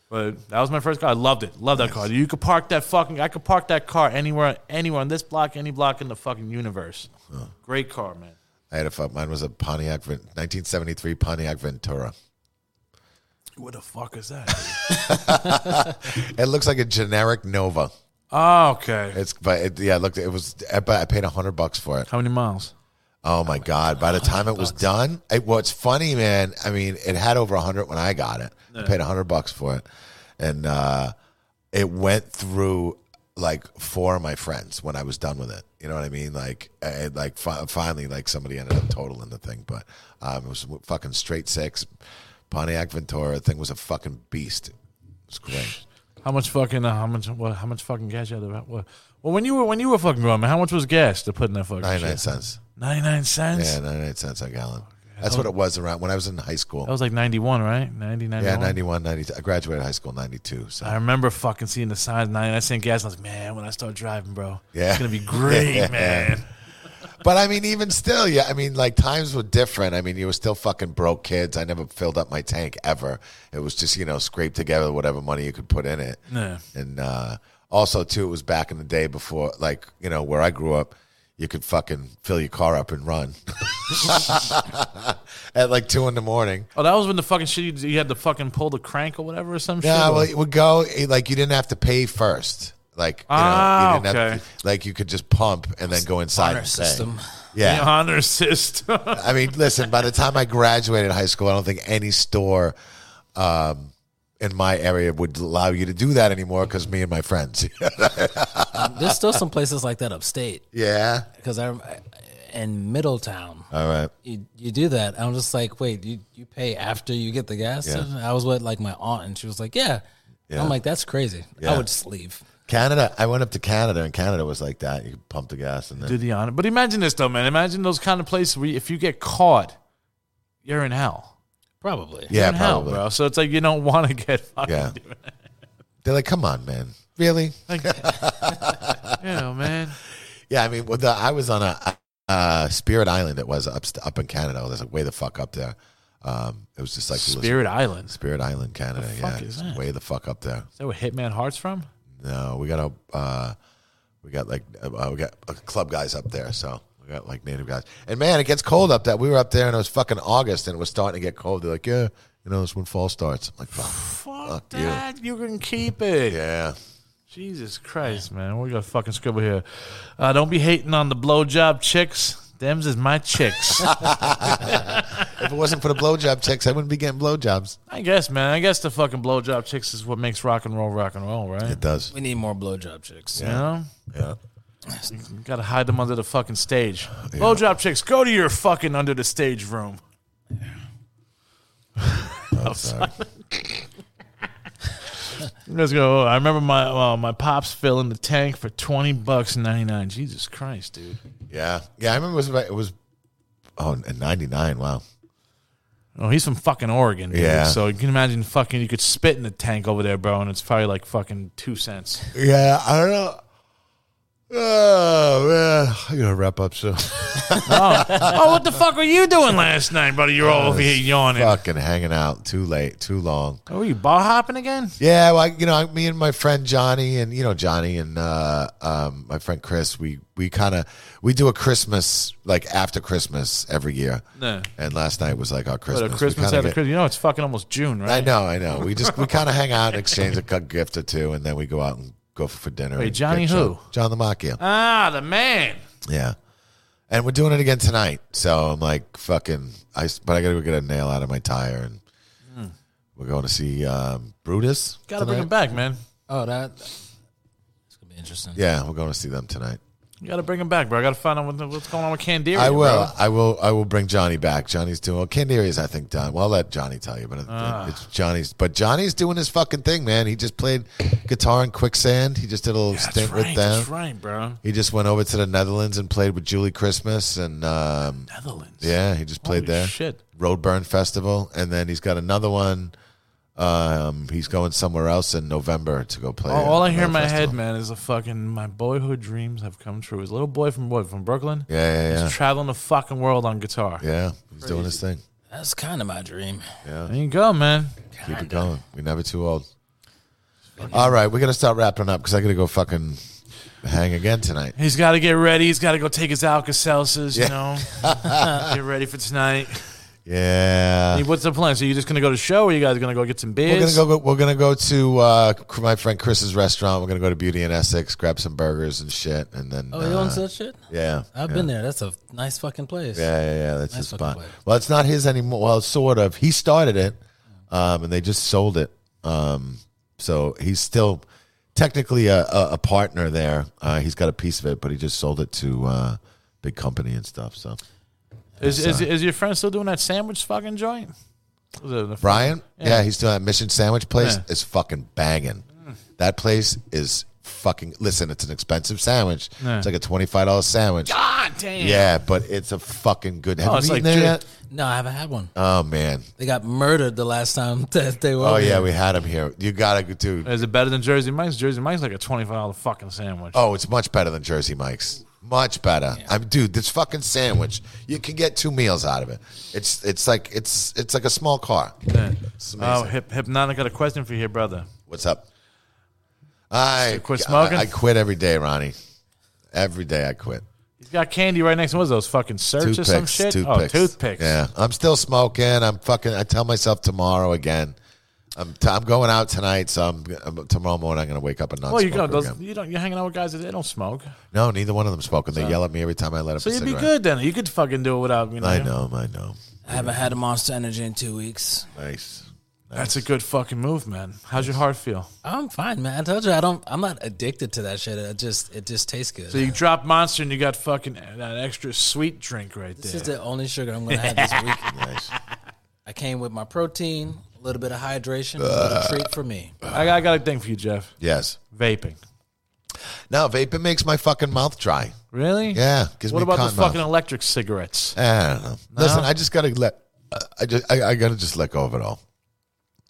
Speaker 4: But that was my first car. I loved it. Loved that car. You could park that fucking. I could park that car anywhere, anywhere on this block, any block in the fucking universe. Great car, man.
Speaker 3: I had a fuck. Mine was a Pontiac, Ven- 1973 Pontiac Ventura.
Speaker 4: What the fuck is that?
Speaker 3: It looks like a generic Nova.
Speaker 4: oh, okay.
Speaker 3: It's but it, yeah, it looked it was. But I paid a hundred bucks for it.
Speaker 4: How many miles?
Speaker 3: Oh my god! By the time it was done, it, what's funny, man? I mean, it had over a hundred when I got it. I paid a hundred bucks for it, and uh, it went through like four of my friends when I was done with it. You know what I mean? Like, I, like fi- finally, like somebody ended up totaling the thing, but um, it was a fucking straight six Pontiac Ventura. The thing was a fucking beast. It was great.
Speaker 4: How much fucking? Uh, how much? What, how much fucking gas you had? About? What? Well, when you were when you were fucking growing, man, how much was gas to put in that fucking
Speaker 3: Ninety nine
Speaker 4: shit?
Speaker 3: cents.
Speaker 4: Ninety nine cents.
Speaker 3: Yeah, ninety nine cents a gallon. That's what it was around when I was in high school.
Speaker 4: That was like ninety one, right? 90, 91.
Speaker 3: Yeah, 91, 92. I graduated high school in 92. So
Speaker 4: I remember fucking seeing the signs ninety nine cent gas. And I was like, man, when I start driving, bro,
Speaker 3: (laughs) Yeah.
Speaker 4: it's gonna be great, man.
Speaker 3: But I mean, even still, yeah. I mean, like times were different. I mean, you were still fucking broke kids. I never filled up my tank ever. It was just you know scrape together whatever money you could put in it.
Speaker 4: Yeah.
Speaker 3: And uh, also too, it was back in the day before, like you know where I grew up, you could fucking fill your car up and run (laughs) at like two in the morning.
Speaker 4: Oh, that was when the fucking shit you, you had to fucking pull the crank or whatever or some shit.
Speaker 3: Yeah,
Speaker 4: or-
Speaker 3: well, it would go it- like you didn't have to pay first. Like you know,
Speaker 4: Ah,
Speaker 3: you didn't
Speaker 4: okay.
Speaker 3: have to, like you could just pump and then go inside
Speaker 5: Honor
Speaker 3: and pay.
Speaker 5: system.
Speaker 3: Yeah,
Speaker 4: The honor system.
Speaker 3: I mean, listen, by the time I graduated high school, I don't think any store um, in my area would allow you to do that anymore because me and my friends. (laughs)
Speaker 5: There's still some places like that upstate
Speaker 3: yeah.
Speaker 5: because I'm in Middletown.
Speaker 4: Uh,
Speaker 3: All right.
Speaker 5: you, you do that. I'm just like, wait, you, you pay after you get the gas?
Speaker 3: Yeah.
Speaker 5: I was with like my aunt, and she was like, yeah.
Speaker 3: Yeah.
Speaker 5: I'm like, that's crazy.
Speaker 3: Yeah.
Speaker 5: I would just leave.
Speaker 3: Canada. I went up to Canada, and Canada was like that. You could pump the gas and
Speaker 4: (laughs) Do
Speaker 3: then.
Speaker 4: the honor. But imagine this though, man. Imagine those kind of places where you- if you get caught, you're in hell.
Speaker 5: Probably.
Speaker 3: (laughs) Yeah,
Speaker 4: in hell,
Speaker 3: probably.
Speaker 4: bro. So it's like you don't want to (laughs) get
Speaker 3: (laughs)
Speaker 4: fucking.
Speaker 3: Yeah. They're like, come on, man. Really?
Speaker 4: Like, (laughs) yeah,
Speaker 3: (laughs)
Speaker 4: man.
Speaker 3: Yeah, I mean, well, the, I was on a uh, Spirit Island. It was up up in Canada. I was like, way the fuck up there. Um, it was just like
Speaker 4: Spirit Island.
Speaker 3: Spirit Island, Canada.
Speaker 4: fuck
Speaker 3: yeah,
Speaker 4: is
Speaker 3: it's
Speaker 4: that?
Speaker 3: way the fuck up there.
Speaker 4: Is that where Hitman Heart's from?
Speaker 3: No, we got a uh, we got like uh, we got uh, club guys up there, so we got like native guys. And man, it gets cold up there. We were up there and it was fucking August and it was starting to get cold. They're like, yeah, you know, that's when fall starts. I'm like, fuck,
Speaker 4: Fuck,
Speaker 3: Fuck you.
Speaker 4: that. You. can keep it.
Speaker 3: (sighs) yeah,
Speaker 4: Jesus Christ, man. We got a fucking scribble here. Uh, don't be hating on the blowjob chicks. Them's is
Speaker 3: (laughs)
Speaker 4: my chicks.
Speaker 3: if it wasn't for the blowjob chicks, I wouldn't be getting blowjobs.
Speaker 4: I guess, man. I guess the fucking blowjob chicks is what makes rock and roll rock and roll, right?
Speaker 3: It does,
Speaker 5: We need more blowjob chicks.
Speaker 4: You know?
Speaker 3: yeah.
Speaker 4: You gotta hide them under the fucking stage. Blowjob chicks, go to your fucking under the stage room.
Speaker 3: I'm sorry.
Speaker 4: You guys go. "Oh, I remember my uh, my pops filling the tank for twenty bucks and ninety nine. Jesus Christ, dude.
Speaker 3: Yeah, yeah. I remember it was about- it was oh in '99. Wow,
Speaker 4: Oh, he's from fucking Oregon, dude.
Speaker 3: Yeah.
Speaker 4: So you can imagine fucking you could spit in the tank over there, bro, and it's probably like fucking two cents.
Speaker 3: yeah. I don't know. Oh man, I gotta wrap up soon.
Speaker 4: oh, what the fuck were you doing last night, buddy? You're all over here
Speaker 3: (laughs)
Speaker 4: yawning.
Speaker 3: fucking hanging out too late, too long.
Speaker 4: Oh, were you bar hopping again?
Speaker 3: Yeah, well, I, you know, I- me and my friend Johnny, and you know Johnny and uh, um, my friend Chris, we we kind of we do a Christmas like after Christmas every year.
Speaker 4: No.
Speaker 3: And last night was like our
Speaker 4: But
Speaker 3: Christmas.
Speaker 4: a
Speaker 3: We
Speaker 4: Christmas
Speaker 3: kinda
Speaker 4: after
Speaker 3: get-
Speaker 4: Christmas. You know it's fucking almost June,
Speaker 3: I
Speaker 4: right?
Speaker 3: know, I know. We just we kind of hang out, and exchange a cu- gift or two, and then we go out and go for, for dinner.
Speaker 4: Wait,
Speaker 3: and
Speaker 4: Johnny
Speaker 3: get
Speaker 4: who?
Speaker 3: John, John Lamacchio.
Speaker 4: Ah, the man.
Speaker 3: Yeah. And we're doing it again tonight. So I'm like, fucking, I, s- but I got to go get a nail out of my tire. And we're going to see um, Brutus.
Speaker 4: Hmm. Gotta bring
Speaker 3: tonight.
Speaker 4: him back, man.
Speaker 5: Oh, that. It's gonna be interesting.
Speaker 3: Yeah, we're going to see them tonight.
Speaker 4: You gotta bring him back, bro. I gotta find out what, what's going on with Candiria.
Speaker 3: I will.
Speaker 4: bro.
Speaker 3: I will. I will bring Johnny back. Johnny's doing. Well, Candiri is, I think, done. Well, I'll let Johnny tell you, but it-
Speaker 4: Ah.
Speaker 3: it's Johnny's. But Johnny's doing his fucking thing, man. He just played guitar in Quicksand. He just did a little
Speaker 4: That's
Speaker 3: stint
Speaker 4: right,
Speaker 3: with them.
Speaker 4: that's right, bro.
Speaker 3: He just went over to the Netherlands and played with Julie Christmas, and um,
Speaker 4: Netherlands.
Speaker 3: yeah, he just played
Speaker 4: Holy
Speaker 3: there.
Speaker 4: Shit.
Speaker 3: Roadburn Festival, and then he's got another one. Um, he's going somewhere else in November to go play.
Speaker 4: All, all I
Speaker 3: at
Speaker 4: hear in my
Speaker 3: another
Speaker 4: head,
Speaker 3: festival.
Speaker 4: man, is a fucking my boyhood dreams have come true. His little boy from what from Brooklyn,
Speaker 3: Yeah, yeah, yeah,
Speaker 4: he's traveling the fucking world on guitar.
Speaker 3: yeah. He's doing his thing.
Speaker 5: That's kind of my dream.
Speaker 3: Uh,
Speaker 4: There you go, man.
Speaker 3: Keep it going. We're never too old. All right, we got to start wrapping up because I got to go fucking hang again tonight.
Speaker 4: He's got to get ready. He's got to go take his Alka Seltzers. You
Speaker 3: Yeah. (laughs)
Speaker 4: know, get ready for tonight.
Speaker 3: Yeah,
Speaker 4: Hey, What's the plan? So you just gonna go to show, or you guys gonna go get some
Speaker 3: we're gonna
Speaker 4: beers?
Speaker 3: go. go- We're gonna go to uh, my friend Chris's restaurant. We're gonna go to Beauty in Essex, grab some burgers and shit, and then.
Speaker 5: Oh, you own
Speaker 3: uh,
Speaker 5: that shit?
Speaker 3: Yeah,
Speaker 5: I've
Speaker 3: yeah.
Speaker 5: been there. That's a nice fucking place.
Speaker 3: Yeah, yeah, yeah. That's
Speaker 5: Nice
Speaker 3: his
Speaker 5: fucking
Speaker 3: spot.
Speaker 5: place.
Speaker 3: Well, it's not his anymore. Well, sort of. He started it, um, and they just sold it. Um, so he's still technically a, a, a partner there. Uh, he's got a piece of it, but he just sold it to uh, big company and stuff. So
Speaker 4: Is, is, is your friend still doing that sandwich fucking joint? Was it the-
Speaker 3: Brian, yeah, he's doing that mission sandwich place.
Speaker 4: Yeah.
Speaker 3: Is fucking banging. That place is fucking. Listen, it's an expensive sandwich. It's like a twenty five dollar sandwich.
Speaker 5: Ah,
Speaker 4: God damn.
Speaker 3: Yeah, but it's a fucking good. Have
Speaker 4: Oh,
Speaker 3: you
Speaker 4: it's
Speaker 3: eaten
Speaker 4: like
Speaker 3: there
Speaker 4: ju-
Speaker 3: yet?
Speaker 5: No, I haven't had one.
Speaker 3: Oh man.
Speaker 5: They got murdered the last time (laughs) that they were.
Speaker 3: Oh
Speaker 5: over
Speaker 3: yeah,
Speaker 5: here.
Speaker 3: we had him here. You gotta go, dude.
Speaker 4: Is it better than Jersey Mike's? Jersey Mike's like a twenty-five dollar fucking sandwich.
Speaker 3: Oh, it's much better than Jersey Mike's. Much better. I mean, dude, this fucking sandwich, you can get two meals out of it. It's it's like it's it's like a small car. It's amazing.
Speaker 4: Oh, Hip- Hypnotic got a question for you, brother.
Speaker 3: What's up? I
Speaker 4: quit
Speaker 3: I-
Speaker 4: smoking?
Speaker 3: I, quit every day, Ronnie. Every day I quit.
Speaker 4: He's got candy right next to one of those fucking search or
Speaker 3: Toothpicks.
Speaker 4: some shit.
Speaker 3: Toothpicks.
Speaker 4: Oh, toothpicks.
Speaker 3: Yeah, I'm still smoking. I'm fucking. I tell myself tomorrow again. I'm t- I'm going out tonight, so I'm, I'm- tomorrow morning I'm gonna wake up and not.
Speaker 4: Well, you
Speaker 3: smoke
Speaker 4: got those.
Speaker 3: again.
Speaker 4: You don't. You're hanging out with guys that they don't smoke,
Speaker 3: No, neither one of them smoke, and they yell at me every time I let up.
Speaker 4: so
Speaker 3: a
Speaker 4: you'd be
Speaker 3: cigarette.
Speaker 4: good then. You could fucking do it without. You know,
Speaker 3: I know. I know.
Speaker 5: I haven't had a Monster Energy in two weeks.
Speaker 3: Nice.
Speaker 4: That's a good fucking move, man. How's your heart feel?
Speaker 5: I'm fine, man. I told you I don't. I'm not addicted to that shit. It just it just tastes good.
Speaker 4: So you drop monster and you got fucking uh, that extra sweet drink right
Speaker 5: this
Speaker 4: there.
Speaker 5: is the only sugar I'm gonna have this week.
Speaker 3: (laughs) Nice.
Speaker 5: I came with my protein, a little bit of hydration, a little treat for me.
Speaker 4: I, got, I got a thing for you, Jeff.
Speaker 3: Yes.
Speaker 4: Vaping.
Speaker 3: No, vaping makes my fucking mouth dry.
Speaker 4: Really?
Speaker 3: Yeah. Gives
Speaker 4: What
Speaker 3: me
Speaker 4: about the
Speaker 3: cotton mouth.
Speaker 4: fucking electric cigarettes?
Speaker 3: I don't know. Listen, I just gotta let. I just I, I gotta just let go of it all.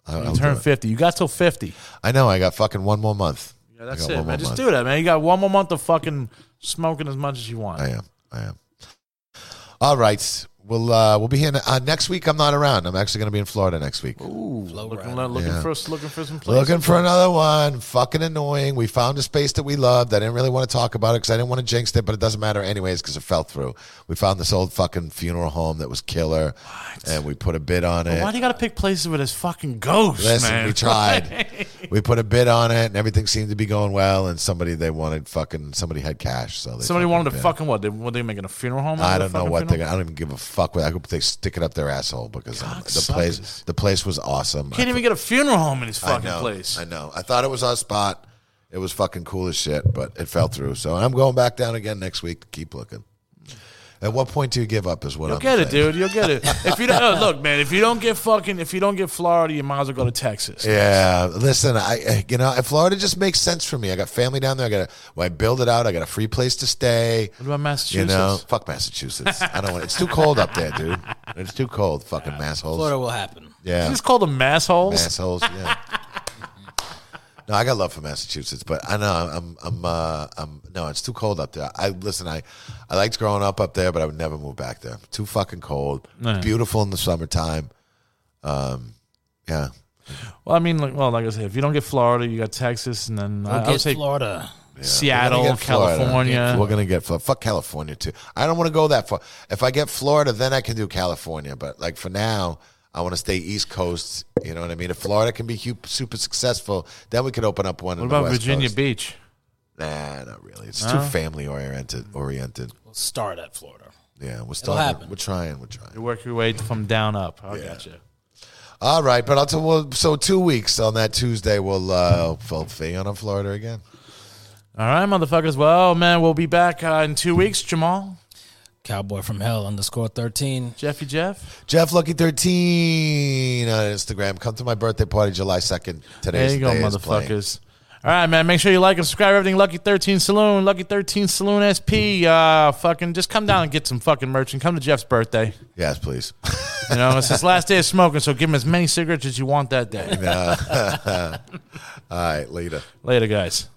Speaker 3: I, I'll
Speaker 4: You
Speaker 3: do
Speaker 4: turn
Speaker 3: it.
Speaker 4: fifty. You got till fifty.
Speaker 3: I know. I got fucking one more month.
Speaker 4: Yeah,
Speaker 3: I got
Speaker 4: that's it,
Speaker 3: one more
Speaker 4: man. Just
Speaker 3: month.
Speaker 4: do that, man. You got one more month of fucking smoking as much as you want.
Speaker 3: I am. I am. All right. We'll uh, we'll be here ne- uh, next week. I'm not around. I'm actually gonna be in Florida next week.
Speaker 4: Ooh, looking, looking
Speaker 3: Yeah.
Speaker 4: for looking for some places.
Speaker 3: Looking for another one. Fucking annoying. We found a space that we loved. I didn't really want to talk about it because I didn't want to jinx it, but it doesn't matter anyways because it fell through. We found this old fucking funeral home that was killer, and we put a bid on it.
Speaker 4: Why do you got to pick places with this fucking ghost,
Speaker 3: Listen,
Speaker 4: man?
Speaker 3: we tried.
Speaker 4: (laughs)
Speaker 3: we put a bid on it, and everything seemed to be going well. And somebody they wanted fucking somebody had cash, so they
Speaker 4: Somebody
Speaker 3: fucking
Speaker 4: wanted to
Speaker 3: bid.
Speaker 4: fucking what? They, were they making a funeral home? out
Speaker 3: I don't
Speaker 4: of the
Speaker 3: know
Speaker 4: fucking
Speaker 3: what they.
Speaker 4: funeral?
Speaker 3: I don't even give a fuck. What, I hope they stick it up their asshole because um, the place
Speaker 4: Cocksuckers.
Speaker 3: the place was awesome.
Speaker 4: Can't
Speaker 3: I,
Speaker 4: even get a funeral home in this
Speaker 3: I
Speaker 4: fucking
Speaker 3: know,
Speaker 4: place.
Speaker 3: I know. I thought it was our spot. It was fucking cool as shit, but it fell through. So I'm going back down again next week. to Keep looking. At what point do you give up? Is what
Speaker 4: You'll
Speaker 3: I'm
Speaker 4: get it,
Speaker 3: saying.
Speaker 4: dude. You'll
Speaker 3: (laughs)
Speaker 4: get it. If you don't uh, look, man, if you don't get fucking, if you don't get Florida, you might as well go to Texas.
Speaker 3: Yeah, listen, I I- you know eh, Florida just makes sense for me. I got family down there. I got when I build it out. I got a free place to stay.
Speaker 4: What about
Speaker 3: You
Speaker 4: Massachusetts?
Speaker 3: know, fuck Massachusetts. I don't want. It's too cold up there, dude. It's too cold. Fucking massholes.
Speaker 5: Florida will happen.
Speaker 3: Yeah,
Speaker 4: It's called them massholes.
Speaker 3: assholes.
Speaker 4: (laughs)
Speaker 3: Yeah. no, I got love for Massachusetts, but I know I'm I'm uh, I'm no, it's too cold up there. I listen, I I liked growing up up there, but I would never move back there. Too fucking cold. Beautiful in the summertime. Um, yeah.
Speaker 4: Well, I mean, like, well, like I said, if you don't get Florida, you got Texas, and then I, I would
Speaker 5: Get
Speaker 4: say
Speaker 5: Florida.
Speaker 3: We're
Speaker 4: Seattle,
Speaker 3: gonna get Florida.
Speaker 4: California.
Speaker 3: We're gonna get Florida. Fuck California too. I don't want to go that far. If I get Florida, then I can do California. But like for now, I want to stay East Coast. You know what I mean? If Florida can be hu- super successful, then we could open up one.
Speaker 4: What
Speaker 3: in the
Speaker 4: about
Speaker 3: West
Speaker 4: Virginia
Speaker 3: Coast.
Speaker 4: Beach?
Speaker 3: Nah, not really. It's too family oriented. Oriented.
Speaker 5: We'll start at Florida.
Speaker 3: Yeah, we're starting.
Speaker 5: happen.
Speaker 3: We're trying. We're
Speaker 4: You
Speaker 3: trying.
Speaker 4: work your way from down up. I
Speaker 3: Yeah.
Speaker 4: got you.
Speaker 3: All right, but I'll tell. Well, so two weeks on that Tuesday, we'll uh, we'll be on Florida again.
Speaker 4: All right, motherfuckers. Well, man, we'll be back uh, in two weeks. Jamal,
Speaker 5: Cowboy from Hell underscore thirteen.
Speaker 4: Jeffy, Jeff.
Speaker 3: Jeff Lucky thirteen on Instagram. Come to my birthday party, July second.
Speaker 4: There
Speaker 3: Today's
Speaker 4: you go,
Speaker 3: day is playing.
Speaker 4: motherfuckers. All right, man. Make sure you like and subscribe. Everything Lucky Thirteen Saloon, Lucky Thirteen Saloon SP. Uh, fucking, just come down and get some fucking merch and come to Jeff's birthday.
Speaker 3: Yes, please. (laughs)
Speaker 4: You know, it's his last day of smoking, so give him as many cigarettes as you want that day.
Speaker 3: All right, later.
Speaker 4: Later, guys.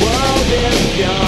Speaker 6: Savior.